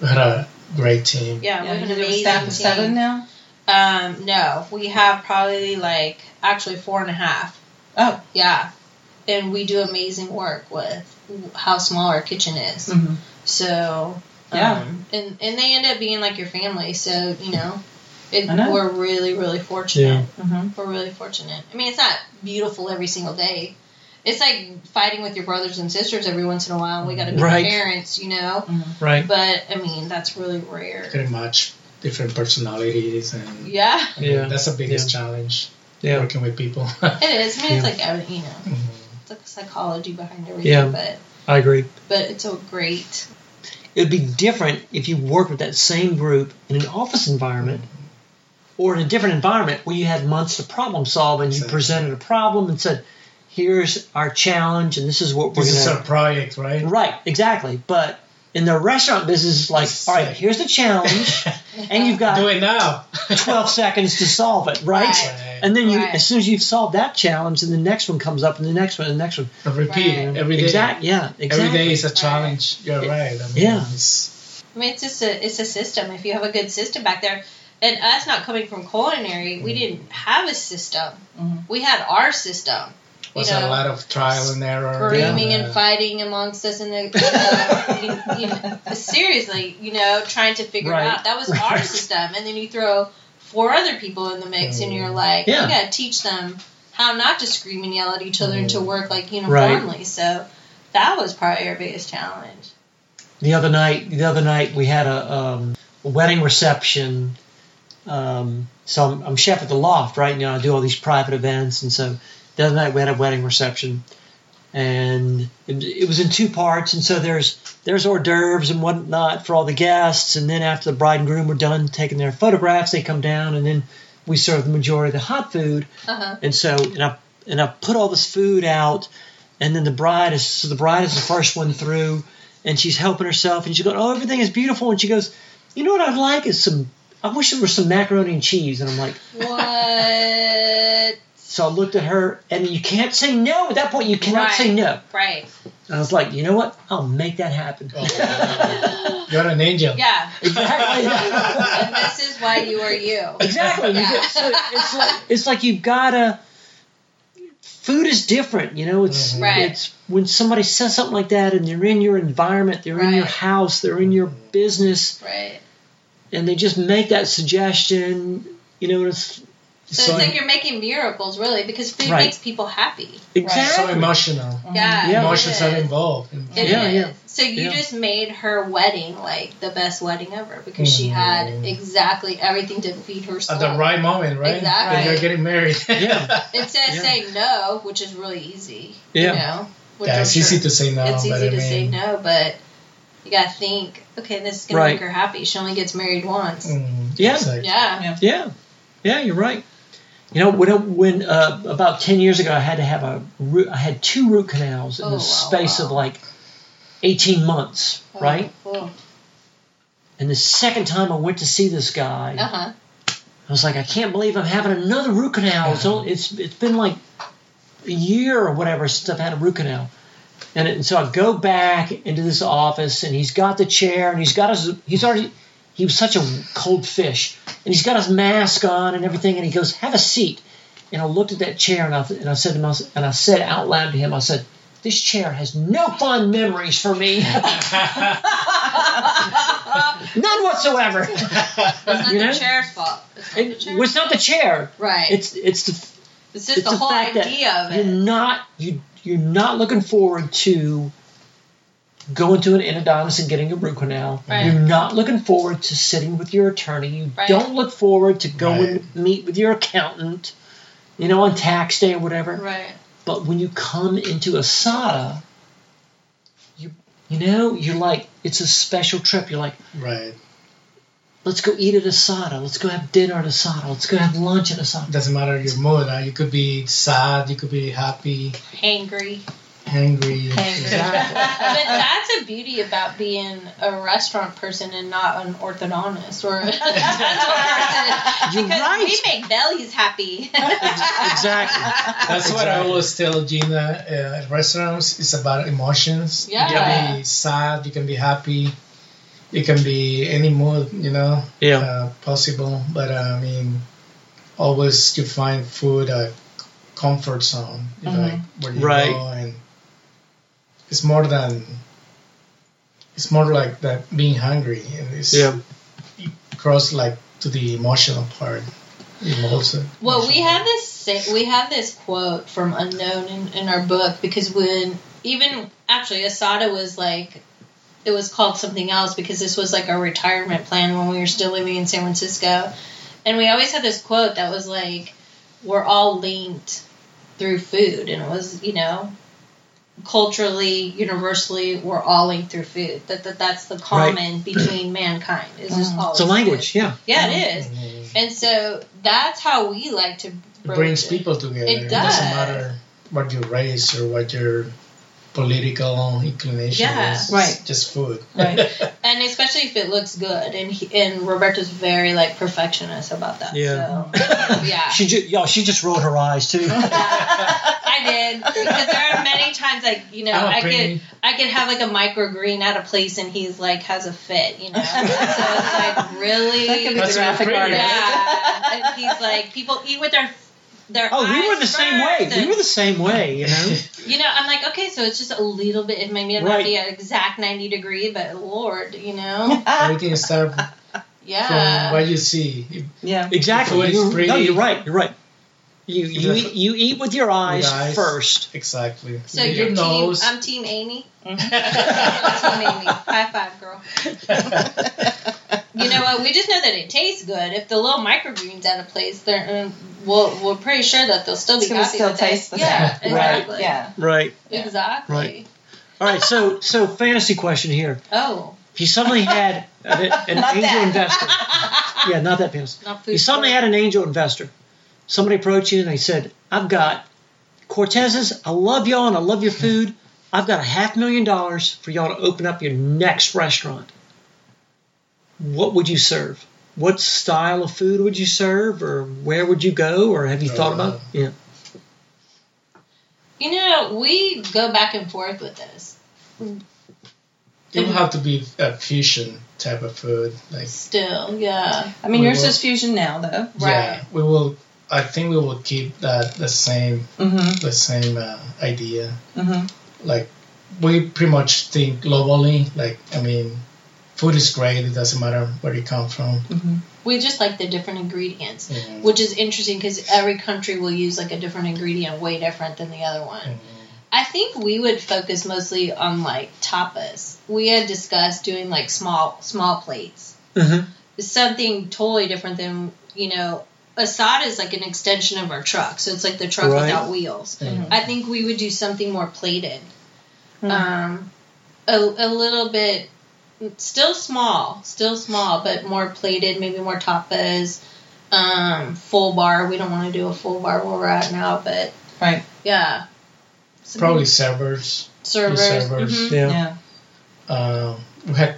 [SPEAKER 3] we had a great team.
[SPEAKER 2] Yeah, we
[SPEAKER 4] you
[SPEAKER 2] have
[SPEAKER 4] do
[SPEAKER 2] an
[SPEAKER 4] a
[SPEAKER 2] amazing
[SPEAKER 4] staff of
[SPEAKER 2] team.
[SPEAKER 4] seven now.
[SPEAKER 2] Um, no, we have probably like actually four and a half.
[SPEAKER 4] Oh.
[SPEAKER 2] Yeah, and we do amazing work with how small our kitchen is.
[SPEAKER 4] Mm-hmm.
[SPEAKER 2] So
[SPEAKER 4] Yeah.
[SPEAKER 2] um, and and they end up being like your family. So you know, it,
[SPEAKER 4] I know.
[SPEAKER 2] we're really really fortunate.
[SPEAKER 4] Mm-hmm.
[SPEAKER 2] We're really fortunate. I mean, it's not beautiful every single day. It's like fighting with your brothers and sisters every once in a while. We got to be
[SPEAKER 1] Right.
[SPEAKER 2] parents, you know.
[SPEAKER 3] Right.
[SPEAKER 2] But I mean, that's really rare.
[SPEAKER 3] Pretty much different personalities, and
[SPEAKER 2] Yeah,
[SPEAKER 3] I mean,
[SPEAKER 1] Yeah.
[SPEAKER 3] that's the biggest challenge
[SPEAKER 1] Yeah.
[SPEAKER 3] working with people.
[SPEAKER 2] it is. I mean, it's
[SPEAKER 1] Yeah.
[SPEAKER 2] like every- you know.
[SPEAKER 3] Mhm.
[SPEAKER 2] It's like psychology behind everything,
[SPEAKER 1] Yeah.
[SPEAKER 2] but
[SPEAKER 1] I agree.
[SPEAKER 2] but it's a great.
[SPEAKER 1] It would be different if you worked with that same group in an office environment or in a different environment where you had months to problem solve and you
[SPEAKER 3] Exactly.
[SPEAKER 1] presented a problem and said, here's our challenge and this is what we're
[SPEAKER 3] This is
[SPEAKER 1] going
[SPEAKER 3] our
[SPEAKER 1] to.
[SPEAKER 3] project, right?
[SPEAKER 1] Right, exactly. But in the restaurant business, it's like,
[SPEAKER 3] It's
[SPEAKER 1] all right,
[SPEAKER 3] like-
[SPEAKER 1] here's the challenge and you've got
[SPEAKER 3] Do it now.
[SPEAKER 1] 12 seconds to solve it, right?
[SPEAKER 2] Right.
[SPEAKER 1] And then you,
[SPEAKER 2] Right.
[SPEAKER 1] as soon as you've solved that challenge, then the next one comes up, and the next one, and the next one.
[SPEAKER 3] repeat
[SPEAKER 2] Right.
[SPEAKER 3] every day.
[SPEAKER 1] Exact- Yeah. Exactly.
[SPEAKER 3] Every day is a
[SPEAKER 2] Right.
[SPEAKER 3] challenge. You're
[SPEAKER 1] Yeah.
[SPEAKER 3] right. I mean,
[SPEAKER 1] Yeah.
[SPEAKER 3] It's,
[SPEAKER 2] I mean, it's just a it's a system. If you have a good system back there, and us not coming from culinary, we didn't have a system.
[SPEAKER 4] Mhm.
[SPEAKER 2] We had our system.
[SPEAKER 3] was
[SPEAKER 2] you know,
[SPEAKER 3] a lot of trial and error.
[SPEAKER 2] screaming
[SPEAKER 3] Yeah.
[SPEAKER 2] and fighting amongst us in the uh, you know, seriously, you know, trying to figure
[SPEAKER 1] Right.
[SPEAKER 2] it out. That was our system, and then you throw four other people in the mix, and you're like,
[SPEAKER 1] Oh. Yeah.
[SPEAKER 2] you gotta teach them how not to scream and yell at each other and to work like uniformly. So that was probably our biggest challenge.
[SPEAKER 1] the other night the other night we had a, um, a wedding reception um, so I'm, I'm chef at the loft right now i do all these private events and so the other night we had a wedding reception and it, it was in two parts and so there's there's hors d'oeuvres and whatnot for all the guests and then after the bride and groom were done taking their photographs they come down and then we serve the majority of the hot food
[SPEAKER 2] Uh-huh.
[SPEAKER 1] and so and I and I put all this food out, and then the bride is so the bride is the first one through, and she's helping herself, and she's going, oh everything is beautiful, and she goes, you know what I'd like is some, I wish there was some macaroni and cheese, and I'm like,
[SPEAKER 2] What?
[SPEAKER 1] so I looked at her, and you can't say no at that point, you cannot
[SPEAKER 2] Right.
[SPEAKER 1] say no.
[SPEAKER 2] right.
[SPEAKER 1] And I was like, you know what, I'll make that happen.
[SPEAKER 3] Oh, You're an angel.
[SPEAKER 2] Yeah.
[SPEAKER 1] exactly.
[SPEAKER 2] And this is why you are you.
[SPEAKER 1] Exactly.
[SPEAKER 2] Yeah.
[SPEAKER 1] You get- so it's like it's like you've gotta. Food is different, you know. It's
[SPEAKER 3] Mhm.
[SPEAKER 2] Mm-hmm. Right.
[SPEAKER 1] it's when somebody says something like that, and they're in your environment, they're in your
[SPEAKER 2] Right.
[SPEAKER 1] house, they're in your business,
[SPEAKER 2] Right.
[SPEAKER 1] and they just make that suggestion. You know, and it's
[SPEAKER 2] So,
[SPEAKER 3] So-
[SPEAKER 2] it's like you're making miracles, really, because food
[SPEAKER 1] Right.
[SPEAKER 2] makes people happy.
[SPEAKER 3] So
[SPEAKER 1] exactly
[SPEAKER 3] emotional.
[SPEAKER 2] Yeah.
[SPEAKER 1] Yeah.
[SPEAKER 2] it
[SPEAKER 3] Emotions are
[SPEAKER 2] is.
[SPEAKER 3] involved.
[SPEAKER 2] It
[SPEAKER 1] Yeah,
[SPEAKER 2] is.
[SPEAKER 1] yeah.
[SPEAKER 2] So you
[SPEAKER 1] Yeah.
[SPEAKER 2] just made her wedding like the best wedding ever because she had
[SPEAKER 3] Mm.
[SPEAKER 2] exactly everything to feed her soul.
[SPEAKER 3] At the right moment, right?
[SPEAKER 2] Exactly.
[SPEAKER 3] When you're getting married.
[SPEAKER 1] Yeah.
[SPEAKER 2] Instead of
[SPEAKER 1] Yeah.
[SPEAKER 2] saying no, which is really easy.
[SPEAKER 1] Yeah.
[SPEAKER 2] You know, which
[SPEAKER 3] yeah,
[SPEAKER 2] I'm
[SPEAKER 3] it's
[SPEAKER 2] sure-
[SPEAKER 3] easy to say no.
[SPEAKER 2] it's
[SPEAKER 3] but
[SPEAKER 2] easy
[SPEAKER 3] I
[SPEAKER 2] to
[SPEAKER 3] mean,
[SPEAKER 2] say no, but you gotta think. Okay, this is gonna
[SPEAKER 1] Right.
[SPEAKER 2] make her happy. She only gets married once.
[SPEAKER 3] mm,
[SPEAKER 1] Yeah.
[SPEAKER 3] it's like-
[SPEAKER 2] Yeah.
[SPEAKER 1] Yeah, yeah, you're right. You know, when when uh, about ten years ago, I had to have a root, I had two root canals in
[SPEAKER 2] Oh,
[SPEAKER 1] the
[SPEAKER 2] wow,
[SPEAKER 1] space of
[SPEAKER 2] wow.
[SPEAKER 1] like eighteen months,
[SPEAKER 2] Oh,
[SPEAKER 1] right?
[SPEAKER 2] Cool.
[SPEAKER 1] And the second time I went to see this guy,
[SPEAKER 2] Uh huh.
[SPEAKER 1] I was like, I can't believe I'm having another root canal. It's only, it's it's been like a year or whatever since I've had a root canal, and, it, and so I go back into this office, and he's got the chair, and he's got his he's already he was such a cold fish, and he's got his mask on and everything, and he goes, have a seat, and I looked at that chair, and I and I said to myself, and I said out loud to him, I said, this chair has no fond memories for me, none whatsoever.
[SPEAKER 2] It's not
[SPEAKER 1] You know?
[SPEAKER 2] the chair's fault. It's not the
[SPEAKER 1] It
[SPEAKER 2] chair's
[SPEAKER 1] was not the chair.
[SPEAKER 2] Right. It's,
[SPEAKER 1] It's it's the
[SPEAKER 2] just the whole idea of
[SPEAKER 1] you're
[SPEAKER 2] it.
[SPEAKER 1] not you you're not looking forward to going to an endodontist and getting a root canal.
[SPEAKER 2] Right.
[SPEAKER 1] You're not looking forward to sitting with your attorney. You
[SPEAKER 2] Right.
[SPEAKER 1] don't look forward to going
[SPEAKER 3] Right.
[SPEAKER 1] to meet with your accountant, you know, on tax day or whatever.
[SPEAKER 2] Right.
[SPEAKER 1] But when you come into Asada, You know, you're like, it's a special trip. You're like,
[SPEAKER 3] Right.
[SPEAKER 1] let's go eat at Asada. Let's go have dinner at Asada. Let's go have lunch at Asada.
[SPEAKER 3] Doesn't matter your mood. Huh? You could be sad. You could be happy,
[SPEAKER 2] Hangry.
[SPEAKER 3] angry.
[SPEAKER 2] but that's a beauty about being a restaurant person and not an orthodontist or a dental person.
[SPEAKER 1] You're
[SPEAKER 2] because
[SPEAKER 1] right.
[SPEAKER 2] we make bellies happy.
[SPEAKER 1] Exactly.
[SPEAKER 3] That's what I always tell Gina uh, at restaurants. It's about emotions. You can
[SPEAKER 2] Yeah.
[SPEAKER 3] be sad. You can be happy. You can be any mood, you know,
[SPEAKER 1] Yeah.
[SPEAKER 3] uh, possible. But uh, I mean, always you find food a comfort zone, you know, like
[SPEAKER 2] Mm-hmm.
[SPEAKER 3] where you
[SPEAKER 1] Right.
[SPEAKER 3] go, and it's more than. It's more like that being hungry, and it's
[SPEAKER 1] Yeah.
[SPEAKER 3] cross like to the emotional part. Emotion.
[SPEAKER 2] Well, we have this sa- we have this quote from unknown in, in our book because when even actually Asada was like it was called something else because this was like our retirement plan when we were still living in San Francisco, and we always had this quote that was like we're all linked through food, and it was you know culturally universally we're all linked through food that, that that's the common between mankind is just all
[SPEAKER 1] Mm. It's a language. Mm-hmm. Yeah.
[SPEAKER 2] yeah it is and so that's how we like to
[SPEAKER 3] It brings people together.
[SPEAKER 2] It does.
[SPEAKER 3] doesn't matter what your race or what your political inclination
[SPEAKER 2] Yeah.
[SPEAKER 3] is. It's
[SPEAKER 4] Right.
[SPEAKER 3] Just food.
[SPEAKER 4] Right.
[SPEAKER 2] and especially if it looks good. And he, and Roberta's very like perfectionist about that.
[SPEAKER 1] Yeah.
[SPEAKER 2] So, yeah.
[SPEAKER 1] She just, y'all, she just rolled her eyes too.
[SPEAKER 2] I did because there are many times like you know
[SPEAKER 3] I'm a
[SPEAKER 2] I
[SPEAKER 3] greenie.
[SPEAKER 2] could I could have like a microgreen at a place and he's like has a fit you know so it's like really
[SPEAKER 4] That could be
[SPEAKER 3] That's
[SPEAKER 4] graphic
[SPEAKER 3] pretty.
[SPEAKER 4] artist.
[SPEAKER 2] yeah and he's like people eat with their their
[SPEAKER 1] Oh, we were
[SPEAKER 2] eyes
[SPEAKER 1] the same way.
[SPEAKER 2] first
[SPEAKER 1] We
[SPEAKER 2] and-
[SPEAKER 1] were the same way, you know?
[SPEAKER 2] You know, I'm like, okay, so it's just a little bit. It may not
[SPEAKER 1] Right.
[SPEAKER 2] be an exact 90 degree, but Lord, you know,
[SPEAKER 3] Everything starts from
[SPEAKER 2] yeah.
[SPEAKER 3] what you see. If-
[SPEAKER 4] yeah.
[SPEAKER 1] Exactly.
[SPEAKER 3] Food is
[SPEAKER 1] You're- no,
[SPEAKER 3] pretty-
[SPEAKER 1] you're right. You're right. You you
[SPEAKER 3] Yeah.
[SPEAKER 1] eat, you eat with your eyes,
[SPEAKER 3] eyes.
[SPEAKER 1] first.
[SPEAKER 3] Exactly.
[SPEAKER 2] So
[SPEAKER 3] your
[SPEAKER 2] you're
[SPEAKER 3] nose.
[SPEAKER 2] team. um, I'm team Amy.
[SPEAKER 4] Mm-hmm.
[SPEAKER 2] I'm team Amy. High five, girl. You know what? We just know that it tastes good. If the little microgreens out of place, they're um, we'll, we're pretty sure that they'll still
[SPEAKER 4] It's
[SPEAKER 2] be
[SPEAKER 4] gonna
[SPEAKER 2] happy
[SPEAKER 4] still
[SPEAKER 2] with it.
[SPEAKER 4] taste the
[SPEAKER 2] yeah,
[SPEAKER 1] same. Right.
[SPEAKER 2] Exactly.
[SPEAKER 4] Yeah.
[SPEAKER 1] Right.
[SPEAKER 2] Exactly.
[SPEAKER 1] Right. All right. So so fantasy question here.
[SPEAKER 2] Oh,
[SPEAKER 1] He suddenly had an, an
[SPEAKER 4] Not
[SPEAKER 1] angel
[SPEAKER 4] that.
[SPEAKER 1] investor. Yeah, not that fantasy.
[SPEAKER 2] not food.
[SPEAKER 1] He suddenly
[SPEAKER 2] for-
[SPEAKER 1] had an angel investor. Somebody approached you and they said, "I've got Cortez's. I love y'all and I love your food. I've got a half million dollars for y'all to open up your next restaurant. What would you serve? What style of food would you serve, or where would you go, or have you thought about? Yeah,
[SPEAKER 2] You know, we go back and forth with this
[SPEAKER 3] it will have to be a fusion type of food. Like
[SPEAKER 2] still. Yeah.
[SPEAKER 4] I mean,
[SPEAKER 3] We
[SPEAKER 4] yours
[SPEAKER 3] will.
[SPEAKER 4] is fusion now, though.
[SPEAKER 3] yeah, we will. I think we will keep that the same
[SPEAKER 4] Mm-hmm.
[SPEAKER 3] the same uh, idea.
[SPEAKER 4] Mm-hmm.
[SPEAKER 3] like we pretty much think globally like i mean food is great it doesn't matter where you come from
[SPEAKER 4] Mm-hmm.
[SPEAKER 2] We just like the different ingredients.
[SPEAKER 3] Mhm.
[SPEAKER 2] which is interesting because every country will use like a different ingredient way different than the other one
[SPEAKER 3] Mm-hmm.
[SPEAKER 2] i think we would focus mostly on like tapas we had discussed doing like small small plates
[SPEAKER 1] Mhm.
[SPEAKER 2] something totally different than you know asada is like an extension of our truck so it's like the truck
[SPEAKER 1] Right.
[SPEAKER 2] without wheels
[SPEAKER 3] Mhm.
[SPEAKER 2] i think we would do something more plated um, a, a little bit still small still small but more plated maybe more tapas um, full bar we don't want to do a full bar where we're at now but
[SPEAKER 4] Right.
[SPEAKER 2] yeah Some
[SPEAKER 3] probably servers
[SPEAKER 2] servers,
[SPEAKER 3] servers.
[SPEAKER 2] mhm.
[SPEAKER 1] yeah.
[SPEAKER 4] Yeah.
[SPEAKER 3] um, we had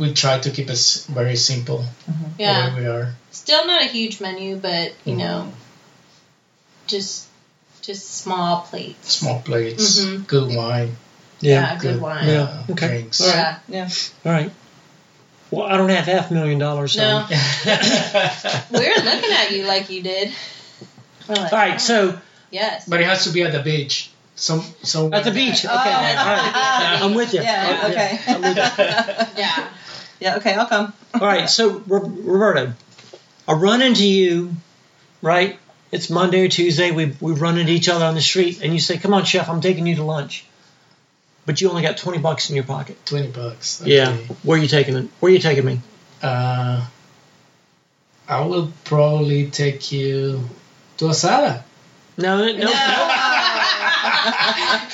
[SPEAKER 3] we try to keep it s- very simple
[SPEAKER 2] yeah
[SPEAKER 3] the way we are
[SPEAKER 2] still not a huge menu but you know just just small plates
[SPEAKER 3] small plates
[SPEAKER 2] Mhm.
[SPEAKER 3] good wine
[SPEAKER 1] yeah.
[SPEAKER 2] yeah, good wine
[SPEAKER 1] Yeah.
[SPEAKER 3] uh,
[SPEAKER 1] Okay.
[SPEAKER 3] drinks
[SPEAKER 4] All right.
[SPEAKER 2] Yeah.
[SPEAKER 4] Yeah.
[SPEAKER 1] All right. Well, I don't have half million dollars. so-
[SPEAKER 2] no we're looking at you like you did We're like, "Oh,
[SPEAKER 1] All right. So
[SPEAKER 2] yes
[SPEAKER 3] but it has to be at the beach some some
[SPEAKER 1] at the beach. Okay.
[SPEAKER 4] Oh.
[SPEAKER 1] All right. I'm with you.
[SPEAKER 4] Yeah,
[SPEAKER 1] I'm-
[SPEAKER 4] okay.
[SPEAKER 1] I'm with you.
[SPEAKER 2] yeah
[SPEAKER 4] Yeah. Okay. I'll come.
[SPEAKER 1] All right, so Ro- Roberto, I run into you, right? It's Monday or Tuesday. We we run into each other on the street, and you say, "Come on, chef, I'm taking you to lunch," but you only got twenty bucks in your pocket.
[SPEAKER 3] 20 bucks
[SPEAKER 1] where are you taking it? Where are you taking me?
[SPEAKER 3] uh, i will probably take you to asada
[SPEAKER 1] No, no, no.
[SPEAKER 4] No.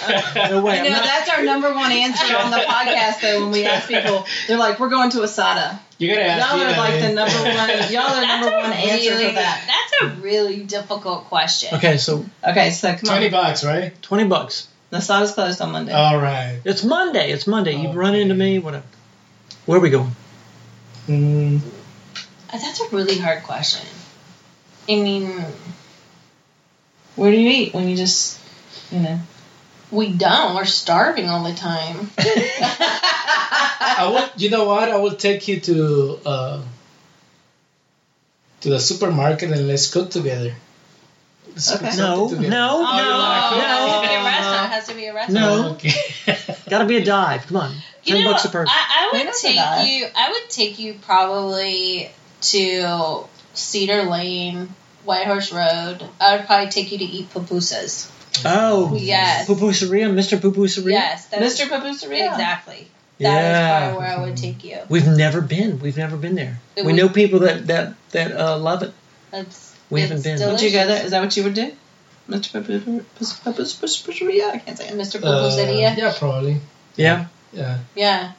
[SPEAKER 1] No way.
[SPEAKER 4] You
[SPEAKER 1] I'm
[SPEAKER 4] know,
[SPEAKER 1] not-
[SPEAKER 4] that's our number one answer on the podcast, though, when we ask people, they're like, we're going to Asada.
[SPEAKER 5] You're gonna ask
[SPEAKER 4] Y'all
[SPEAKER 5] me
[SPEAKER 4] are
[SPEAKER 5] that,
[SPEAKER 4] like the
[SPEAKER 5] man.
[SPEAKER 4] number one, y'all are the number one answer
[SPEAKER 2] really,
[SPEAKER 4] for that.
[SPEAKER 2] That's a really difficult question.
[SPEAKER 1] okay, so
[SPEAKER 4] Okay, so come
[SPEAKER 3] Twenty
[SPEAKER 4] on.
[SPEAKER 3] bucks, right?
[SPEAKER 1] twenty bucks.
[SPEAKER 4] The Asada's closed on Monday.
[SPEAKER 1] Oh.
[SPEAKER 3] All right.
[SPEAKER 1] It's Monday. It's Monday. You
[SPEAKER 3] Okay.
[SPEAKER 1] run into me. Whatever. Where are we going?
[SPEAKER 3] Mm,
[SPEAKER 2] Uh, That's a really hard question. I mean,
[SPEAKER 4] Where do you eat when you just, you know?
[SPEAKER 2] we don't. We're starving all the time.
[SPEAKER 3] I would. You know what? I will take you to uh, to the supermarket and let's cook together. Let's cook
[SPEAKER 4] Okay.
[SPEAKER 3] something
[SPEAKER 1] No,
[SPEAKER 3] together.
[SPEAKER 1] no,
[SPEAKER 2] Oh,
[SPEAKER 1] no,
[SPEAKER 2] it has to be a
[SPEAKER 1] no.
[SPEAKER 2] restaurant. It has to be a restaurant.
[SPEAKER 1] No.
[SPEAKER 3] Oh, Okay. Uh,
[SPEAKER 1] Got to be a dive. Come on.
[SPEAKER 2] You
[SPEAKER 1] Ten
[SPEAKER 2] know,
[SPEAKER 1] bucks a person.
[SPEAKER 2] I, I
[SPEAKER 4] They
[SPEAKER 2] would
[SPEAKER 4] don't
[SPEAKER 2] take
[SPEAKER 4] die.
[SPEAKER 2] you. I would take you probably to Cedar Lane, Whitehorse Road. I would probably take you to eat pupusas.
[SPEAKER 1] oh.
[SPEAKER 2] Yes.
[SPEAKER 1] Pupusaria, Mr. Pupusaria.
[SPEAKER 2] Yes, that is-
[SPEAKER 4] Mr. Papusaria?
[SPEAKER 2] Exactly. That is
[SPEAKER 1] Yeah.
[SPEAKER 2] probably where I would take you.
[SPEAKER 1] We've never been. We've never been there.
[SPEAKER 2] It
[SPEAKER 1] we
[SPEAKER 2] would-
[SPEAKER 1] know people that that that uh, love it.
[SPEAKER 2] That's
[SPEAKER 1] We
[SPEAKER 2] it's
[SPEAKER 1] haven't been.
[SPEAKER 4] Would you
[SPEAKER 2] delicious.
[SPEAKER 4] go there? Is that what you would do? Mr. Papu- Pus- Papus- Pus- Pusaria? I can't say it.
[SPEAKER 2] Mr.
[SPEAKER 3] Uh,
[SPEAKER 2] Pupusaria.
[SPEAKER 3] yeah, probably.
[SPEAKER 1] Yeah.
[SPEAKER 3] Yeah.
[SPEAKER 2] Yeah.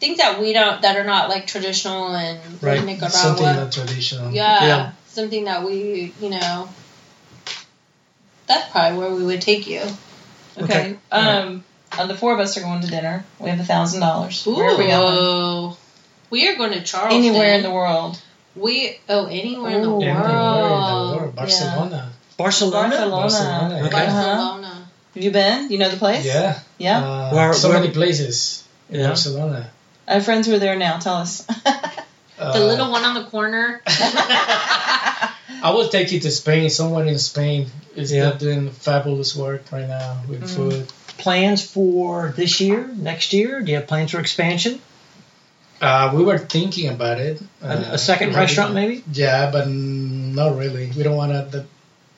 [SPEAKER 2] Things that we don't that are not like traditional and
[SPEAKER 1] Right.
[SPEAKER 2] Nicaragua.
[SPEAKER 3] Something not traditional.
[SPEAKER 2] yeah,
[SPEAKER 1] Yeah.
[SPEAKER 2] Something that we you know that's probably where we would take you.
[SPEAKER 4] Okay. Um, uh, the four of us are going to dinner. We have a thousand dollars. Where are we going?
[SPEAKER 2] Ooh. We are going to Charleston.
[SPEAKER 4] Anywhere in the world.
[SPEAKER 2] We oh anywhere in the
[SPEAKER 4] Ooh.
[SPEAKER 2] world.
[SPEAKER 3] Yeah, the world, the world.
[SPEAKER 2] Yeah.
[SPEAKER 3] Barcelona.
[SPEAKER 1] Barcelona.
[SPEAKER 4] Barcelona.
[SPEAKER 3] Barcelona,
[SPEAKER 1] Okay.
[SPEAKER 2] Barcelona.
[SPEAKER 4] Uh-huh. Have you been? You know the place?
[SPEAKER 3] Yeah.
[SPEAKER 4] Yeah.
[SPEAKER 3] Uh,
[SPEAKER 1] Where-
[SPEAKER 3] so
[SPEAKER 1] where-
[SPEAKER 3] many places in
[SPEAKER 1] Yeah.
[SPEAKER 3] Barcelona.
[SPEAKER 4] I have friends who are there now. Tell us.
[SPEAKER 3] Uh,
[SPEAKER 2] The little one on the corner.
[SPEAKER 3] I will take you to Spain. Someone in Spain is
[SPEAKER 1] Yeah.
[SPEAKER 3] doing fabulous work right now with
[SPEAKER 2] Mm.
[SPEAKER 3] food.
[SPEAKER 1] Plans for this year, next year? Do you have plans for expansion?
[SPEAKER 3] Uh, we were thinking about it.
[SPEAKER 1] A,
[SPEAKER 3] Uh,
[SPEAKER 1] a second
[SPEAKER 3] really-
[SPEAKER 1] restaurant, maybe?
[SPEAKER 3] Yeah, but not really. We don't want the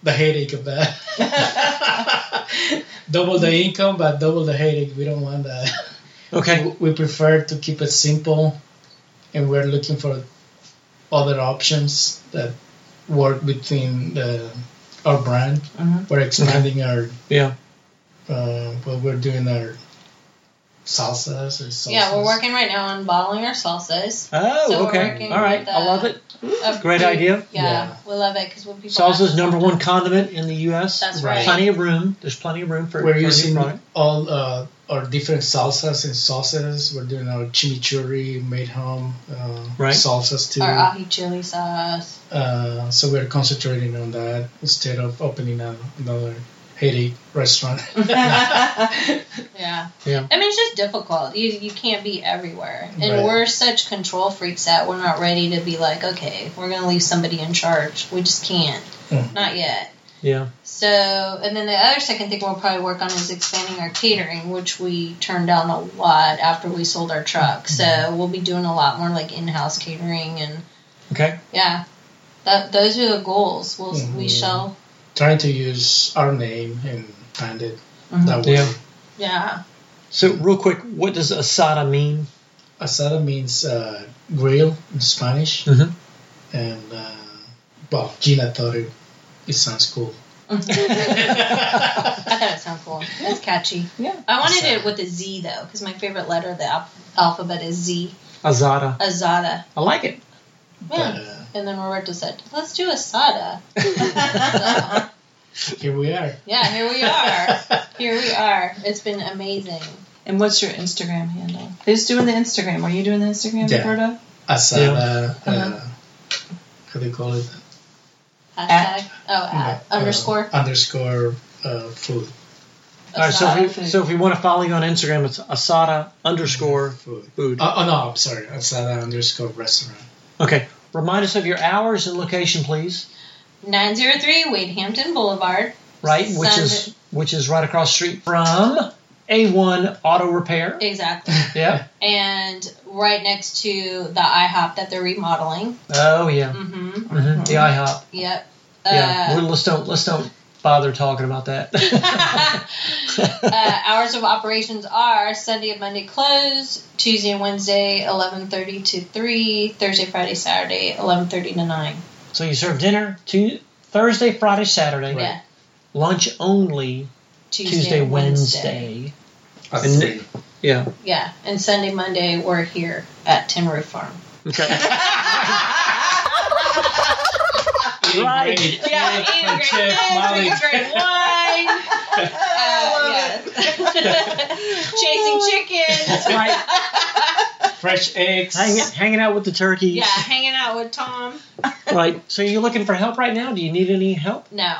[SPEAKER 3] the headache of that. double the income, but double the headache. We don't want that.
[SPEAKER 1] Okay.
[SPEAKER 3] We prefer to keep it simple, and we're looking for other options that work between the, our brand.
[SPEAKER 4] Mhm.
[SPEAKER 3] We're expanding our
[SPEAKER 1] Mm-hmm. Yeah.
[SPEAKER 3] uh, well, we're doing our salsas or salsas.
[SPEAKER 2] yeah, we're working right now on bottling our salsas.
[SPEAKER 1] Oh,
[SPEAKER 2] So we're
[SPEAKER 1] okay.
[SPEAKER 2] working
[SPEAKER 1] All right.
[SPEAKER 2] with,
[SPEAKER 1] I
[SPEAKER 2] uh,
[SPEAKER 1] love it.
[SPEAKER 2] Of-
[SPEAKER 1] Great idea.
[SPEAKER 2] Yeah,
[SPEAKER 3] Yeah.
[SPEAKER 2] we love it because when people
[SPEAKER 1] Salsa's
[SPEAKER 2] ask-
[SPEAKER 1] number one condiment in the U.S.
[SPEAKER 2] That's
[SPEAKER 3] Right.
[SPEAKER 2] right.
[SPEAKER 1] Plenty of room. There's plenty of room for, for
[SPEAKER 3] We're
[SPEAKER 1] a new
[SPEAKER 3] using
[SPEAKER 1] product.
[SPEAKER 3] all uh, our different salsas and sauces. We're doing our chimichurri made home uh,
[SPEAKER 1] Right.
[SPEAKER 3] salsas too.
[SPEAKER 2] Our ahi chili sauce.
[SPEAKER 3] Uh, so we're concentrating on that instead of opening a, another headache restaurant.
[SPEAKER 2] Mm-hmm. Yeah.
[SPEAKER 1] Yeah.
[SPEAKER 2] I mean, it's just difficult. You, you can't be everywhere. And
[SPEAKER 3] Right.
[SPEAKER 2] we're such control freaks that we're not ready to be like, okay, we're going to leave somebody in charge. We just can't.
[SPEAKER 3] Mhm.
[SPEAKER 2] Not yet.
[SPEAKER 1] Yeah.
[SPEAKER 2] So, and then the other second thing we'll probably work on is expanding our catering, which we turned down a lot after we sold our truck. So we'll be doing a lot more like in-house catering and
[SPEAKER 1] Okay.
[SPEAKER 2] yeah, that, those are the goals. We'll, we
[SPEAKER 3] Mhm.
[SPEAKER 2] shall,
[SPEAKER 3] Trying to use our name and brand it
[SPEAKER 2] Mm-hmm.
[SPEAKER 3] that way.
[SPEAKER 1] Yeah.
[SPEAKER 2] yeah.
[SPEAKER 1] So, real quick, what does asada mean?
[SPEAKER 3] Asada means uh, grill in Spanish,
[SPEAKER 1] Mhm.
[SPEAKER 3] and uh, well, Gina thought it, it sounds cool.
[SPEAKER 2] I thought it sounded cool. That's catchy.
[SPEAKER 4] Yeah.
[SPEAKER 2] I wanted
[SPEAKER 3] Sorry.
[SPEAKER 2] it with a Z though, because my favorite letter of the al- alphabet is Z.
[SPEAKER 1] Asada.
[SPEAKER 2] Azada.
[SPEAKER 1] I like it.
[SPEAKER 2] Yeah.
[SPEAKER 3] But, uh,
[SPEAKER 2] And then Roberto said, "Let's do Asada." So,
[SPEAKER 3] here we are.
[SPEAKER 2] yeah, here we are. Here we are. It's been amazing.
[SPEAKER 4] and what's your Instagram handle? Who's doing the Instagram? Are you doing the Instagram,
[SPEAKER 3] Yeah.
[SPEAKER 4] Roberto?
[SPEAKER 3] Asada. Uh,
[SPEAKER 4] Uh-huh.
[SPEAKER 3] how do you call it?
[SPEAKER 2] Hashtag.
[SPEAKER 4] At-
[SPEAKER 2] oh, at,
[SPEAKER 3] Uh,
[SPEAKER 2] underscore.
[SPEAKER 3] Underscore uh, food.
[SPEAKER 1] All right. So,
[SPEAKER 2] Asada.
[SPEAKER 1] if you, so if you want to follow you on Instagram, it's asada underscore
[SPEAKER 3] Food.
[SPEAKER 1] food.
[SPEAKER 3] Oh, oh, no, I'm sorry. Asada underscore restaurant.
[SPEAKER 1] Okay. Remind us of your hours and location, please.
[SPEAKER 2] 903 Wade Hampton Boulevard.
[SPEAKER 1] Right, which is which is right across the street from A1 Auto Repair.
[SPEAKER 2] Exactly.
[SPEAKER 1] Yeah.
[SPEAKER 2] and right next to the IHOP that they're remodeling.
[SPEAKER 1] Oh yeah.
[SPEAKER 2] Mm-hmm.
[SPEAKER 1] hmm The IHOP.
[SPEAKER 2] Yep.
[SPEAKER 1] Yeah.
[SPEAKER 2] Uh,
[SPEAKER 1] We're, let's don't let's don't bother talking about that.
[SPEAKER 2] uh, hours of operations are Sunday and Monday closed, Tuesday and Wednesday 11:30 to 3, Thursday, Friday, Saturday 11:30 to 9.
[SPEAKER 1] so you serve dinner to Thursday, Friday, Saturday.
[SPEAKER 2] Yeah.
[SPEAKER 1] Lunch only
[SPEAKER 2] Tuesday,
[SPEAKER 1] Tuesday,
[SPEAKER 2] Wednesday.
[SPEAKER 1] Wednesday.
[SPEAKER 3] At
[SPEAKER 1] And-
[SPEAKER 3] three.
[SPEAKER 1] Yeah.
[SPEAKER 2] Yeah, and Sunday, Monday, we're here at Tin Roof Farm.
[SPEAKER 1] Okay.
[SPEAKER 3] Right.
[SPEAKER 2] Yeah, eat a great
[SPEAKER 3] Check,
[SPEAKER 2] egg,
[SPEAKER 3] Molly.
[SPEAKER 2] drink a great wine. Uh, yeah. Chasing chickens.
[SPEAKER 3] Right. Fresh eggs.
[SPEAKER 1] Hang, hanging out with the turkeys.
[SPEAKER 2] Yeah, hanging out with Tom.
[SPEAKER 1] Right. So you're looking for help right now? Do you need any help?
[SPEAKER 2] No,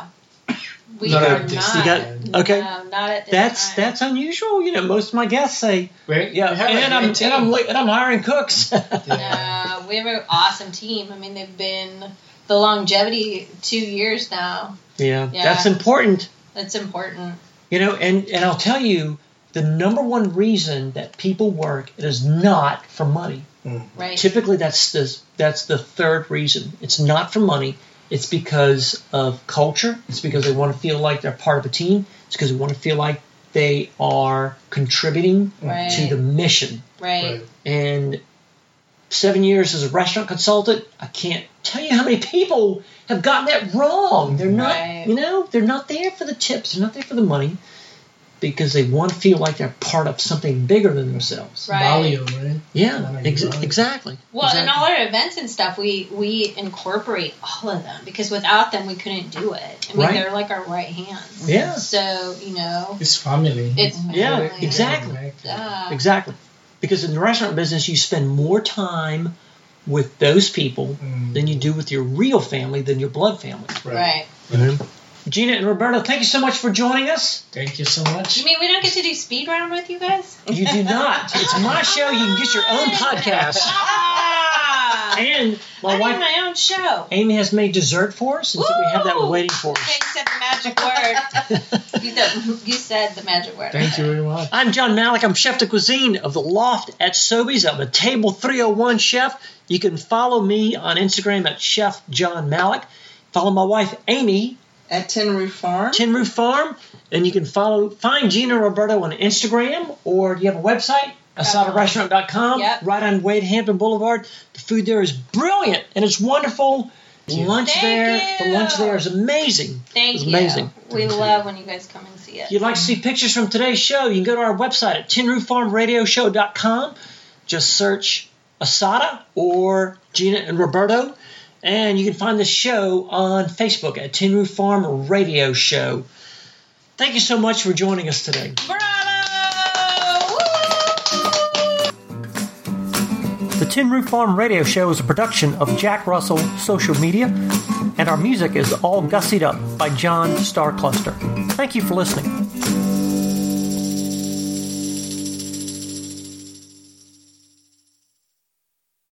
[SPEAKER 2] we
[SPEAKER 3] Not
[SPEAKER 2] are
[SPEAKER 3] at this
[SPEAKER 2] not.
[SPEAKER 1] You got okay.
[SPEAKER 2] No, not at this
[SPEAKER 1] That's
[SPEAKER 2] time.
[SPEAKER 1] that's unusual. You know, most of my guests say,
[SPEAKER 3] Wait,
[SPEAKER 1] yeah,
[SPEAKER 3] we have
[SPEAKER 1] and,
[SPEAKER 3] a
[SPEAKER 1] I'm,
[SPEAKER 3] great
[SPEAKER 1] and I'm
[SPEAKER 3] team.
[SPEAKER 1] li- and I'm hiring cooks.
[SPEAKER 2] No, we have an awesome team. I mean, they've been the longevity two years now.
[SPEAKER 1] yeah,
[SPEAKER 2] Yeah.
[SPEAKER 1] that's important.
[SPEAKER 2] That's important.
[SPEAKER 1] You know, and and I'll tell you, the number one reason that people work it is not for money.
[SPEAKER 2] Right.
[SPEAKER 1] Typically, that's the that's the third reason. It's not for money. It's because of culture. It's because they want to feel like they're part of a team. It's because they want to feel like they are contributing
[SPEAKER 2] right.
[SPEAKER 1] to the mission.
[SPEAKER 2] right.
[SPEAKER 3] Right.
[SPEAKER 1] and seven years as a restaurant consultant, I can't tell you how many people have gotten that wrong. They're not,
[SPEAKER 2] Right.
[SPEAKER 1] you know, they're not there for the tips, they're not there for the money because they want to feel like they're part of something bigger than themselves.
[SPEAKER 2] Right.
[SPEAKER 3] Value, right?
[SPEAKER 1] Yeah,
[SPEAKER 3] Right,
[SPEAKER 1] ex-
[SPEAKER 3] right.
[SPEAKER 1] exactly.
[SPEAKER 2] Well, in
[SPEAKER 1] exactly.
[SPEAKER 2] all our events and stuff, we we incorporate all of them because without them, we couldn't do it. I mean,
[SPEAKER 1] Right.
[SPEAKER 2] they're like our right hands.
[SPEAKER 1] Yeah.
[SPEAKER 2] So you know,
[SPEAKER 3] It's family.
[SPEAKER 2] it's
[SPEAKER 1] Yeah,
[SPEAKER 2] family.
[SPEAKER 1] exactly.
[SPEAKER 2] Yeah.
[SPEAKER 1] Exactly. Because in the restaurant business, you spend more time with those people
[SPEAKER 2] Mm-hmm.
[SPEAKER 3] Mm.
[SPEAKER 1] than you do with your real family, than your blood family.
[SPEAKER 2] Right.
[SPEAKER 1] Gina and Roberto, thank you so much for joining us.
[SPEAKER 3] Thank you so
[SPEAKER 2] You
[SPEAKER 3] much.
[SPEAKER 2] mean we don't get to do speed round with you guys?
[SPEAKER 1] You do not. It's my show. You can get your own podcast.
[SPEAKER 2] Ah!
[SPEAKER 1] And
[SPEAKER 2] I
[SPEAKER 1] my
[SPEAKER 2] need
[SPEAKER 1] wife
[SPEAKER 2] my own show.
[SPEAKER 1] Amy has made dessert for us, and so we have that
[SPEAKER 2] Woo!
[SPEAKER 1] waiting for
[SPEAKER 2] Okay, you said the magic word.
[SPEAKER 1] us.
[SPEAKER 2] You said, you said the magic word.
[SPEAKER 3] Thank you very much.
[SPEAKER 1] I'm John Malik. I'm chef de cuisine of the Loft at Sobeys. I'm a Table 301 chef. You can follow me on Instagram at Chef John Malik. Follow my wife Amy,
[SPEAKER 4] At Tin Roof Farm.
[SPEAKER 1] Tin Roof Farm, and you can follow find Gina Roberto on Instagram or do you have a website? AsadaRestaurant.com,
[SPEAKER 2] Yep.
[SPEAKER 1] right on Wade Hampton Boulevard. The food there is brilliant and it's wonderful. Lunch
[SPEAKER 2] Thank
[SPEAKER 1] there,
[SPEAKER 2] you.
[SPEAKER 1] the lunch there is amazing.
[SPEAKER 2] Thank
[SPEAKER 1] It's
[SPEAKER 2] you.
[SPEAKER 1] amazing.
[SPEAKER 2] We love when you guys come and see
[SPEAKER 1] If
[SPEAKER 2] us.
[SPEAKER 1] you'd like to see pictures from today's show, you can go to our website at tinrooffarmradioshow.com. Just search Asada or Gina and Roberto, and you can find the show on Facebook at Tin Roof Farm Radio Show. Thank you so much for joining us today.
[SPEAKER 2] Bravo! Woo!
[SPEAKER 6] The Tin Roof Farm Radio Show is a production of Jack Russell Social Media, and our music is all gussied up by John Starcluster. Thank you for listening.